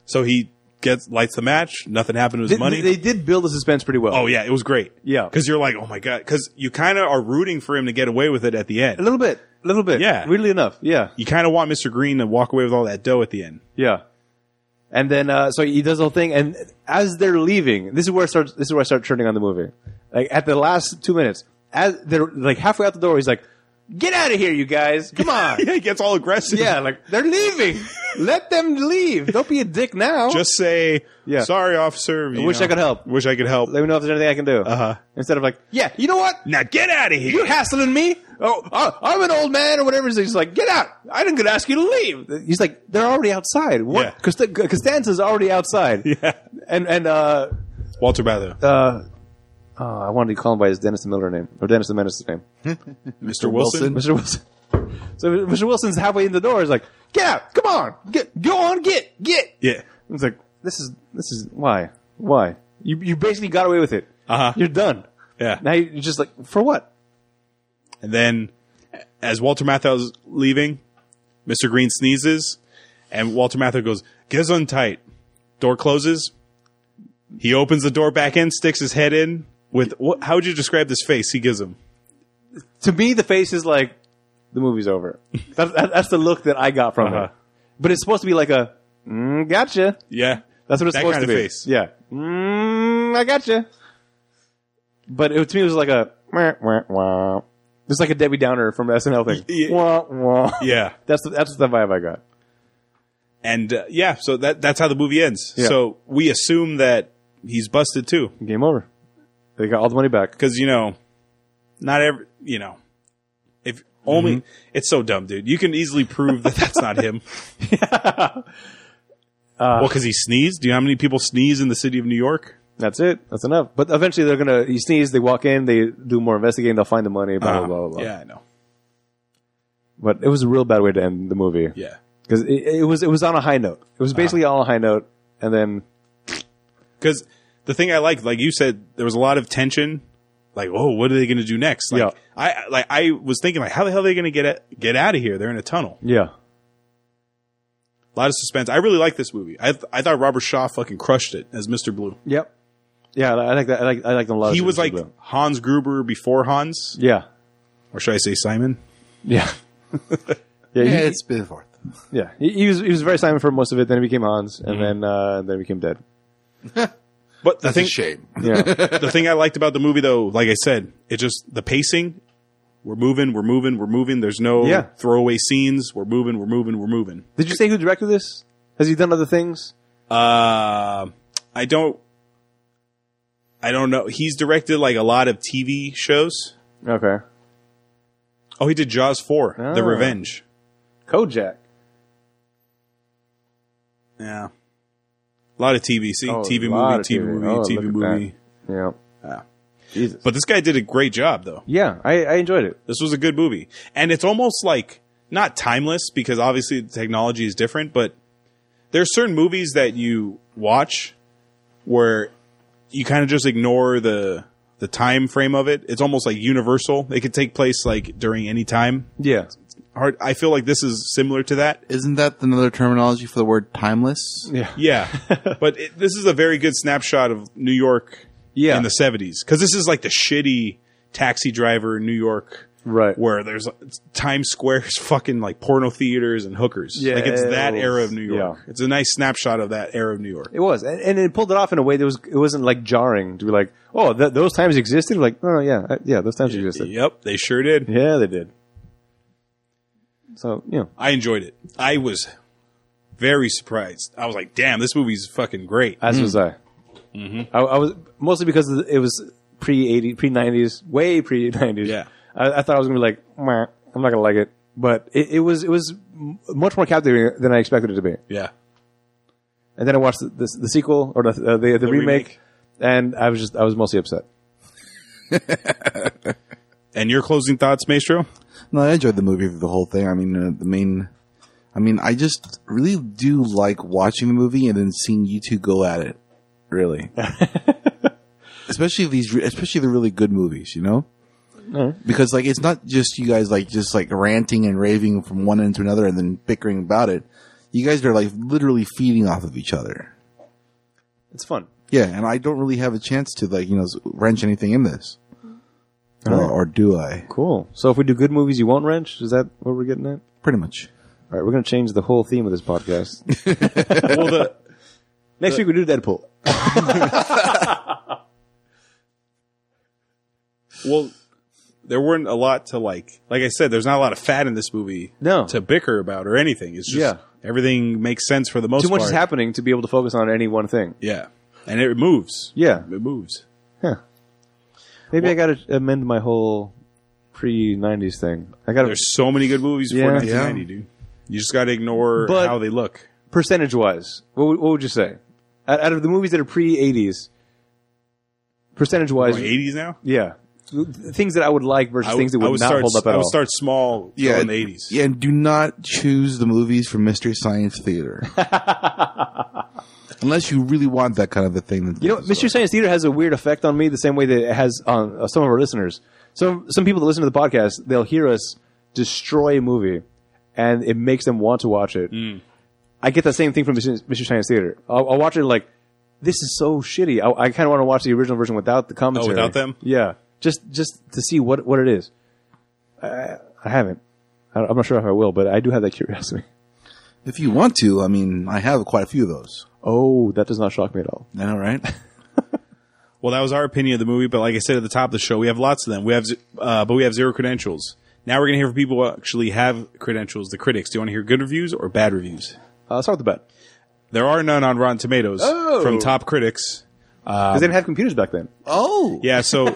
A: So he gets lights the match. Nothing happened to his
B: They-
A: money.
B: They did build the suspense pretty well.
A: oh yeah, it was great.
B: Yeah.
A: because you're like, oh my god, because you kind of are rooting for him to get away with it at the
B: A
A: end.
B: little bit. A little bit.
A: Yeah.
B: Weirdly enough. Yeah.
A: You kind of want Mr. Green to walk away with all that dough at the end.
B: Yeah. And then uh, so he does the whole thing, and as they're leaving, this is where I start. This is where I start turning on the movie. Like at the last two minutes, as they're like halfway out the door, he's like, "Get out of here, you guys! Come on!"
A: yeah, he gets all aggressive.
B: yeah, like they're leaving. Let them leave. Don't be a dick now.
A: just say,
B: Yeah.
A: sorry, officer. you
B: wish I could help.
A: Wish I could help.
B: let me know if there's anything I can do. Uh
A: Uh-huh.
B: Instead of like, yeah, you know what?
A: now get out of
B: You're
A: here.
B: hassling me. Oh, I- I'm an old man or whatever. So he's like, get out. I didn't get to ask you to leave. He's like, they're already outside.
A: Yeah.
B: What? Costa- Costanza's already outside.
A: Yeah.
B: And and uh,
A: Walter Matthau,
B: uh, oh, I wanted to call him by his Dennis the Miller name or Dennis the Menace's name,
A: Mr. Wilson.
B: Mr. Wilson. So Mr. Wilson's halfway in the door. He's like, get out. Come on. Get go on. Get get.
A: Yeah.
B: It's like this is this is why why you you basically got away with it.
A: Uh-huh.
B: You're done.
A: Yeah.
B: Now you're just like for what?
A: And then, as Walter Matthau's leaving, Mr. Green sneezes, and Walter Matthau goes, Gesundheit. Door closes. He opens the door back in, sticks his head in with, what, how would you describe this face he gives him?
B: To me, the face is like the movie's over. that's, that- that's the look that I got from
A: Uh-huh.
B: it. But it's supposed to be like a mm, gotcha.
A: Yeah.
B: That's what it's
A: That
B: supposed
A: kind
B: to
A: of
B: be.
A: face.
B: Yeah. Mm, I gotcha. But it, to me, it was like a wah, wah, wah. It's like a Debbie Downer from SNL thing.
A: Yeah.
B: Wah, wah.
A: Yeah.
B: That's the, that's the vibe I got.
A: And, uh, yeah, so that, that's how the movie ends.
B: Yeah.
A: So we assume that he's busted too.
B: Game over. They got all the money back.
A: Cause, you know, not every, you know, if only,
B: Mm-hmm.
A: it's so dumb, dude. You can easily prove that that's not him.
B: Uh,
A: well, because he sneezed. Do you know how many people sneeze in the city of New York?
B: That's it. That's enough. But eventually, they're gonna. You sneeze. They walk in. They do more investigating. They'll find the money. Blah blah blah. blah.
A: Uh-huh. Yeah, I know.
B: But it was a real bad way to end the movie.
A: Yeah. Uh-huh.
B: Because it, it was it was on a high note. It was basically all on a high note, and then
A: Because the thing I liked, like you said, there was a lot of tension. Like, oh, what are they going to do next? Like,
B: Yeah.
A: I like I was thinking, like, how the hell are they going to get it, get out of here? They're in a tunnel.
B: yeah,
A: A lot of suspense. I really like this movie. I th- I thought Robert Shaw fucking crushed it as Mr. Blue.
B: yep, yeah. I like that. I like I like them a lot.
A: He
B: of
A: was
B: Mr.
A: like
B: Blue.
A: Hans Gruber before Hans,
B: yeah,
A: or should I say Simon?
B: Yeah. yeah,
C: Yeah,
B: he,
C: it's been forth.
B: yeah. He, he was he was very Simon for most of it. Then he became Hans, and then uh, then he became dead.
A: But the
C: That's a
A: thing,
C: shame.
B: Yeah,
A: the thing I liked about the movie, though, like I said, it just the pacing. We're moving, we're moving, we're moving. There's no
B: Yeah.
A: throwaway scenes. We're moving, we're moving, we're moving.
B: did you say who directed this? Has he done other things?
A: Uh, I don't. I don't know. He's directed like a lot of TV shows.
B: Okay,
A: Oh, he did Jaws four,
B: Ah.
A: The Revenge.
B: Kojak.
A: Yeah, a lot of TV. See,
B: Oh,
A: TV
B: a lot
A: movie,
B: of
A: TV
B: TV.
A: movie,
B: Oh,
A: TV
B: look at
A: movie.
B: Yeah,
A: Ah.
B: Jesus.
A: But this guy did a great job, though.
B: yeah, I, I enjoyed it.
A: This was a good movie, and it's almost like not timeless because obviously the technology is different. But there are certain movies that you watch where you kind of just ignore the the time frame of it. It's almost like universal. It could take place like during any time.
B: Yeah,
A: Hard. I feel like this is similar to that.
C: Isn't that another terminology for the word timeless?
B: yeah,
A: Yeah, but it, this is a very good snapshot of New York
B: yeah.
A: in the seventies because this is like the shitty taxi driver in New York
B: Right.
A: where there's it's Times Square's fucking like porno theaters and hookers.
B: Yeah,
A: like it's
B: it
A: that
B: was-
A: era of New York.
B: yeah.
A: It's a nice snapshot of that era of New York.
B: It was, and, and it pulled it off in a way that was it wasn't like jarring to be like, oh, th- those times existed. Like, oh yeah, uh, yeah, those times existed.
A: Yep, they sure did.
B: Yeah, they did. So you know,
A: I enjoyed it. I was very surprised. I was like, damn, this movie's fucking great.
B: as was I. I. I was mostly because of the- it was pre eighty, pre nineties, way pre nineties.
A: Yeah.
B: I, I thought I was gonna be like, "Meh, I'm not gonna like it, but it, it was it was m- much more captivating than I expected it to be.
A: yeah.
B: And then I watched the, the, the sequel or the uh, the, the, remake,
A: remake.
B: and I was just I was mostly upset.
A: And your closing thoughts, Maestro?
C: No, I enjoyed the movie the whole thing. I mean, uh, the main. I mean, I just really do like watching the movie and then seeing you two go at it. Really, especially these, re- especially the really good movies, you know. Because like it's not just you guys like just like ranting and raving from one end to another and then bickering about it. You guys are like literally feeding off of each other.
B: It's fun.
C: Yeah, and I don't really have a chance to like you know s- wrench anything in this, Well, or do I?
B: Cool. So if we do good movies, you won't wrench. Is that what we're getting at?
C: Pretty much.
B: All right, we're going to change the whole theme of this podcast.
A: Well, the
B: Next week we do Deadpool.
A: well, there weren't a lot to like. Like I said, there's not a lot of fat in this movie.
B: No.
A: to bicker about or anything. It's just
B: Yeah.
A: everything makes sense for the most
B: Too much
A: part.
B: is happening to be able to focus on any one thing.
A: Yeah, and it moves.
B: Yeah.
A: It moves.
B: Huh. Maybe I got to amend my whole pre '90s thing. I got to
A: There's so many good movies before
B: Yeah.
A: 1990, dude. You just got to ignore
B: But-
A: how they look.
B: percentage-wise. What, would- what would you say out, out of the movies that are pre '80s? Percentage-wise,
A: Like 80s now.
B: yeah, things that I would like versus
A: I
B: things that would,
A: I would
B: not
A: start,
B: hold up at
A: I would
B: all.
A: start small. Yeah, in the 80s.
C: Yeah, and do not choose the movies from Mystery Science Theater. Unless you really want that kind of a thing. then
B: You know, Mystery Science Theater has a weird effect on me the same way that it has on uh, some of our listeners. Some some people that listen to the podcast, they'll hear us destroy a movie, and it makes them want to watch it.
A: Mm.
B: I get that same thing from Mystery Mystery Science Theater. I'll, I'll watch it like this is so shitty. I, I kind of want to watch the original version without the commentary.
A: Oh, without them?
B: yeah. Just just to see what what it is. I, I haven't. I, I'm not sure if I will, but I do have that
A: Oh.
B: curiosity.
C: If you want to, I mean, I have quite a few of those.
B: Oh, that does not shock me at all.
C: I know, right?
A: Well, that was our opinion of the movie, but like I said at the top of the show, we have lots of them. We have, z- uh, but we have zero credentials. Now we're gonna hear from people who actually have credentials. The critics. Do you want to hear good reviews or bad reviews?
B: Uh, let's start with the bet.
A: There are none on Rotten Tomatoes
B: Oh.
A: from top critics. Um,
B: Because they didn't have computers back then.
C: oh!
A: Yeah, so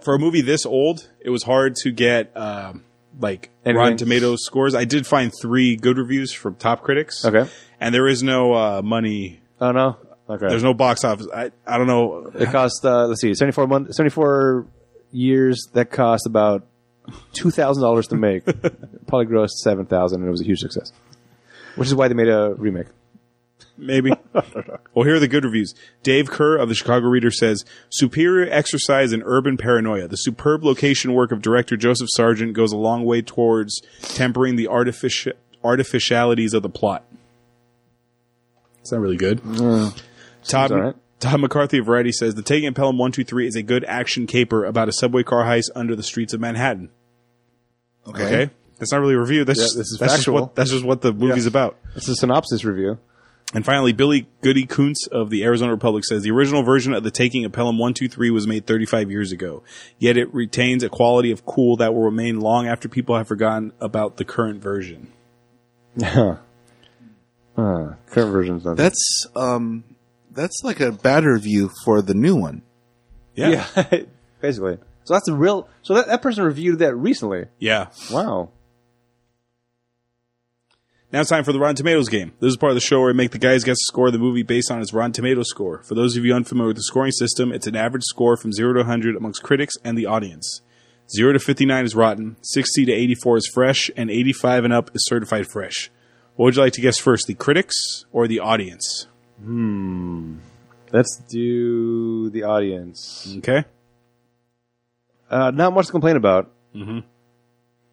A: for a movie this old, it was hard to get um, like
B: Anything?
A: Rotten Tomatoes scores. I did find three good reviews from top critics.
B: Okay.
A: and there is no uh, money.
B: Oh no. Okay.
A: There's no box office. I I don't know.
B: It cost uh, let's see, seventy four month, seventy four years. That cost about two thousand dollars to make. Probably grossed seven thousand, and it was a huge success. Which is why they made a remake.
A: Maybe. well, here are the good reviews. Dave Kerr of the Chicago Reader says, "Superior exercise in urban paranoia. The superb location work of director Joseph Sargent goes a long way towards tempering the artifici- artificialities of the plot." It's not really good. Todd,
B: all right.
A: Todd McCarthy of Variety says, "The Taking of Pelham One Two Three is a good action caper about a subway car heist under the streets of Manhattan."
C: Okay.
A: Okay, that's not really a review. That's
B: Yeah,
A: just,
B: this is
A: that's just
B: factual.
A: what that's just what the movie's about.
B: It's a synopsis review.
A: And finally, Billy Goody Kuntz of the Arizona Republic says the original version of the Taking of Pelham 123 was made 35 years ago, yet it retains a quality of cool that will remain long after people have forgotten about the current version.
B: uh, current version's not.
C: That's, um, that's like a bad review for the new one.
A: Yeah. Yeah.
B: yeah, basically. So that's a real. So that, that person reviewed that recently. Wow.
A: Now it's time for the Rotten Tomatoes game. This is part of the show where I make the guys guess the score of the movie based on its Rotten Tomatoes score. For those of you unfamiliar with the scoring system, it's an average score from 0 to 100 amongst critics and the audience. 0 to 59 is rotten, 60 to 84 is fresh, and 85 and up is certified fresh. What would you like to guess first, the critics or the audience?
B: Let's do the audience.
A: Okay.
B: Uh, not much to complain about. Mm-hmm.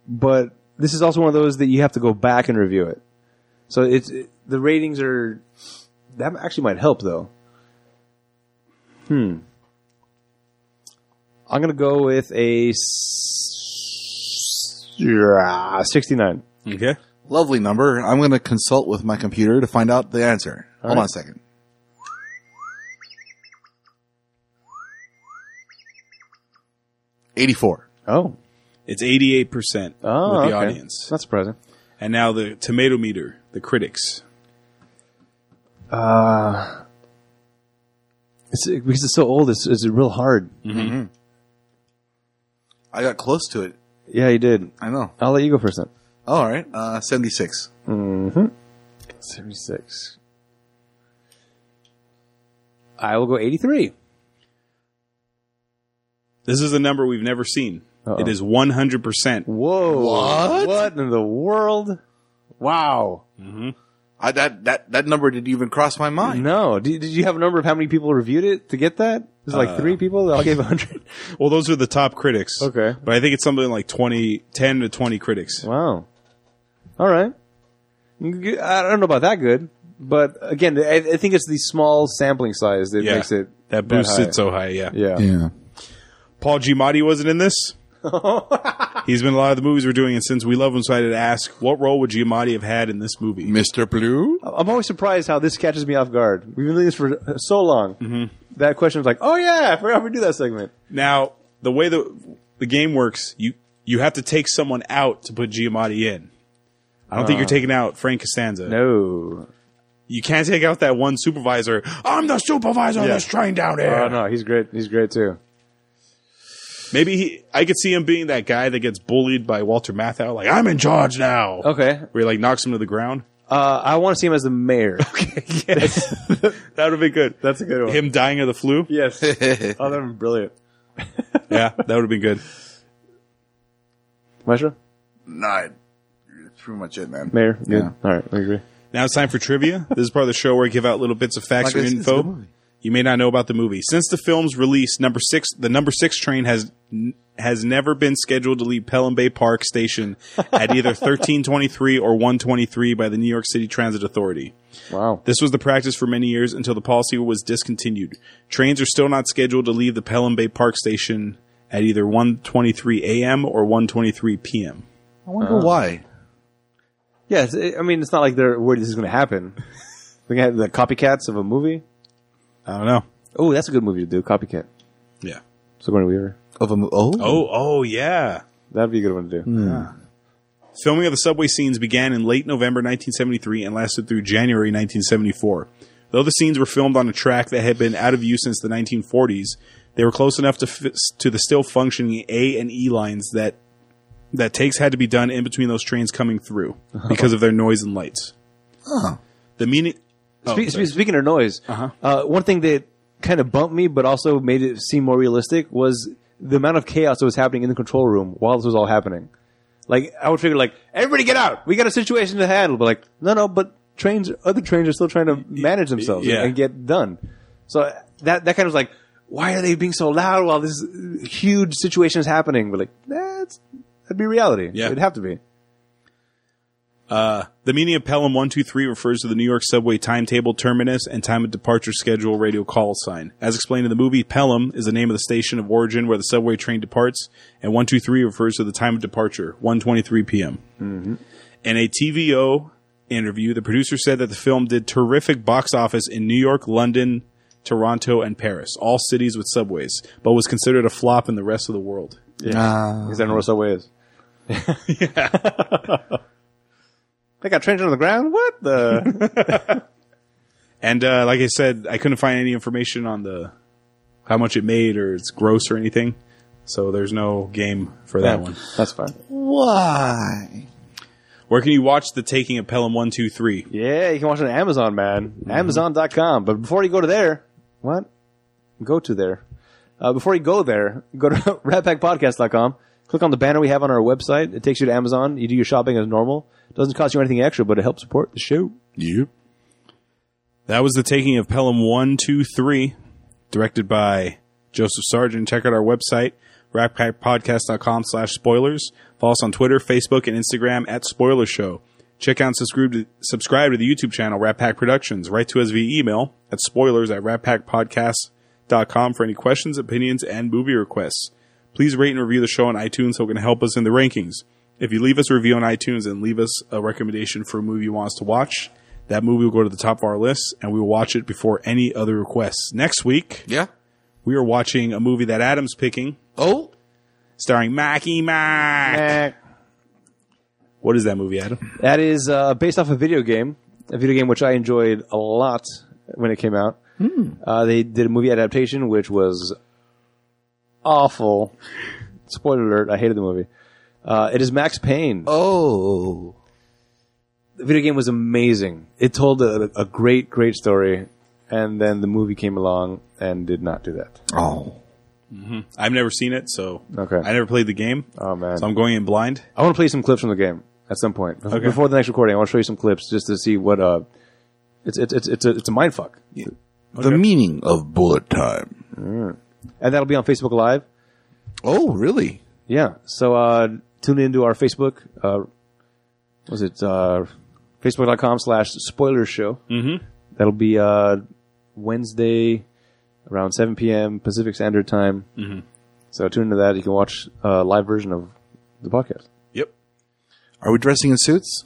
B: But this is also one of those that you have to go back and review it. So it's it, the ratings are that actually might help though. Hmm. I'm gonna go with a s- sixty nine.
A: Okay.
C: Lovely number. I'm going to consult with my computer to find out the answer.
B: All
C: Hold
B: right.
C: on a second. Eighty-four.
B: Oh,
A: It's 88% with the
B: oh, okay.
A: audience.
B: Not surprising.
A: And now the tomato meter, the critics.
B: Uh, it's because it's so old. It's, it's real hard.
A: Mm.
C: I got close to it.
B: Yeah, you did.
C: I know.
B: I'll let you go first then.
C: All right. Uh, Seventy-six.
B: Mm-hmm. Seventy six. I will go eighty three.
A: This is a number we've never seen.
B: Uh-oh.
A: It is 100%.
B: Whoa!
C: What?
B: What in the world? Wow!
C: I, that that that number didn't even cross my mind.
B: No, did, did you have a number of how many people reviewed it to get that? Was it like three people? I gave hundred.
A: Well, those are the top critics.
B: Okay.
A: But I think it's something like 20, 10 to 20 critics.
B: Wow. All right. G- I don't know about that good, but again, I, I think it's the small sampling size that
A: Yeah.
B: makes it
A: That boosts
B: high.
A: it so high, yeah.
B: Yeah.
C: Yeah.
A: Paul Giamatti wasn't in this. He's been in a lot of the movies we're doing, and since we love him, so I had to ask, what role would Giamatti have had in this movie?
C: Mr. Blue.
B: I'm always surprised how this catches me off guard. We've been doing this for so long. That question was like, oh yeah, I forgot we do that segment.
A: Now, the way the the game works, you you have to take someone out to put Giamatti in. I don't think
B: Ah.
A: you're taking out Frank Costanza.
B: No.
A: You can't take out that one supervisor. I'm the supervisor of
B: Yeah.
A: this train down here.
B: Oh no, he's great. He's great too.
A: Maybe he, I could see him being that guy that gets bullied by Walter Matthau, like I'm in charge now.
B: Okay.
A: Where he like knocks him to the ground.
B: Uh, I want to see him as the mayor.
A: Yes, that would be good.
B: That's a good one.
A: Him dying of the flu.
B: Yes. oh, that would be brilliant.
A: Yeah, that would have been good.
B: Maestro?
C: Nah, that's pretty much it, man.
B: Mayor? Good.
C: Yeah.
B: All right, I agree.
A: Now it's time for trivia. This is part of the show where I give out little bits of facts
C: Like
A: or
C: I said, it's a good
A: info
C: movie.
A: you may not know about the movie. Since the film's release, number six, the number six train has n- has never been scheduled to leave Pelham Bay Park Station at either 1323 or 123 by the New York City Transit Authority.
B: Wow.
A: This was the practice for many years until the policy was discontinued. Trains are still not scheduled to leave the Pelham Bay Park Station at either 1:23 a.m. or 1:23 p.m.
C: I wonder why.
B: Yes, I I mean, it's not like they're worried this is going to happen. they have the copycats of a movie.
A: I don't know.
B: Oh, that's a good movie to do, Copycat.
A: Yeah.
B: Sigourney Weaver.
C: Of a mo- oh
A: Oh, oh yeah.
B: That'd be a good one to do.
A: Filming of the subway scenes began in late November 1973 and lasted through January 1974. Though the scenes were filmed on a track that had been out of use since the 1940s, they were close enough to f- to the still functioning A and E lines that that takes had to be done in between those trains coming through because of their noise and lights. The meaning. Oh,
B: Spe-
A: sorry. Uh-huh.
B: spe- speaking of noise, uh one thing that kind of bumped me, but also made it seem more realistic, was the amount of chaos that was happening in the control room while this was all happening. Like, I would figure, like, everybody get out. We got a situation to handle. But like, no, no, but trains, other trains are still trying to manage themselves
A: Yeah.
B: and get done. So that that kind of was like, why are they being so loud while this huge situation is happening? But like, that's that'd be reality.
A: Yeah.
B: it'd have to be.
A: The meaning of Pelham 123 refers to the New York subway timetable terminus and time of departure schedule radio call sign. As explained in the movie, Pelham is the name of the station of origin where the subway train departs, and 123 refers to the time of departure, 1:23 p.m. Mm-hmm. In a TVO interview, the producer said that the film did terrific box office in New York, London, Toronto, and Paris, all cities with subways, but was considered a flop in the rest of the world.
C: Ah.
B: Because I don't know where subway is. they got trenches on the ground. What the?
A: And uh, like I said, I couldn't find any information on the how much it made or its gross or anything. So there's no game for that one.
B: That's fine.
C: why?
A: Where can you watch the taking of Pelham One Two Three?
B: Yeah, you can watch it on Amazon, man. Amazon.com. But before you go to there, what? Go to there. Uh, before you go there, go to ratpackpodcast.com. Click on the banner we have on our website. It takes you to Amazon. You do your shopping as normal. doesn't cost you anything extra, but it helps support the show.
C: You.
A: That was the taking of Pelham One Two Three, directed by Joseph Sargent. Check out our website rackpackpodcast.com slash spoilers. Follow us on Twitter, Facebook, and Instagram at Spoiler Show. Check out and subscribe to, subscribe to the YouTube channel, Rat Pack Productions. Write to us via email at spoilers at ratpackpodcast.com for any questions, opinions, and movie requests. Please rate and review the show on iTunes so it can help us in the rankings. If you leave us a review on iTunes and leave us a recommendation for a movie you want us to watch, that movie will go to the top of our list and we will watch it before any other requests. Next week,
C: Yeah.
A: we are watching a movie that Adam's picking
C: Oh,
A: starring Mackie Mac. What is that movie, Adam?
B: That is uh, based off a video game, a video game which I enjoyed a lot when it came out. Uh, they did a movie adaptation which was awful. Spoiler alert! I hated the movie. Uh, it is Max Payne.
C: oh.
B: The video game was amazing. It told a, a great, great story, and then the movie came along and did not do that.
C: Oh.
A: I've never seen it, so
B: Okay.
A: I never played the game,
B: Oh man!
A: so I'm going in blind.
B: I want to play some clips from the game at some point Bef-
A: Okay.
B: before the next recording. I want to show you some clips just to see what uh, it's it's it's it's a, it's a mind fuck.
C: The meaning of bullet time.
B: and that'll be on Facebook Live.
C: Oh, really?
B: Yeah. So uh, tune into our Facebook. Uh, was it uh, facebook.com slash spoiler show? Mm-hmm. That'll be uh, Wednesday around 7 p.m. Pacific Standard Time. Mm-hmm. So tune into that. You can watch a live version of the podcast.
A: Yep.
C: Are we dressing in suits?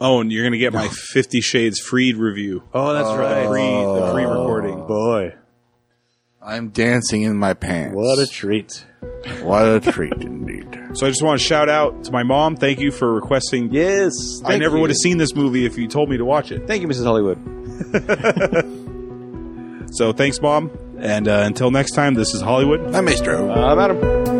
A: Oh, and you're going to get my Fifty Shades Freed review.
B: Oh, that's
A: The pre, the pre-recording.
B: Boy,
C: I'm dancing in my pants.
B: treat.
C: what a treat indeed.
A: So I just want to shout out to my mom. Thank you for requesting.
B: Yes.
A: I never
B: you.
A: would have seen this movie if you told me to watch it.
B: Thank you, Mrs. Hollywood.
A: So thanks, mom. And uh, until next time, this is Hollywood.
C: I'm Maestro.
B: I'm Adam.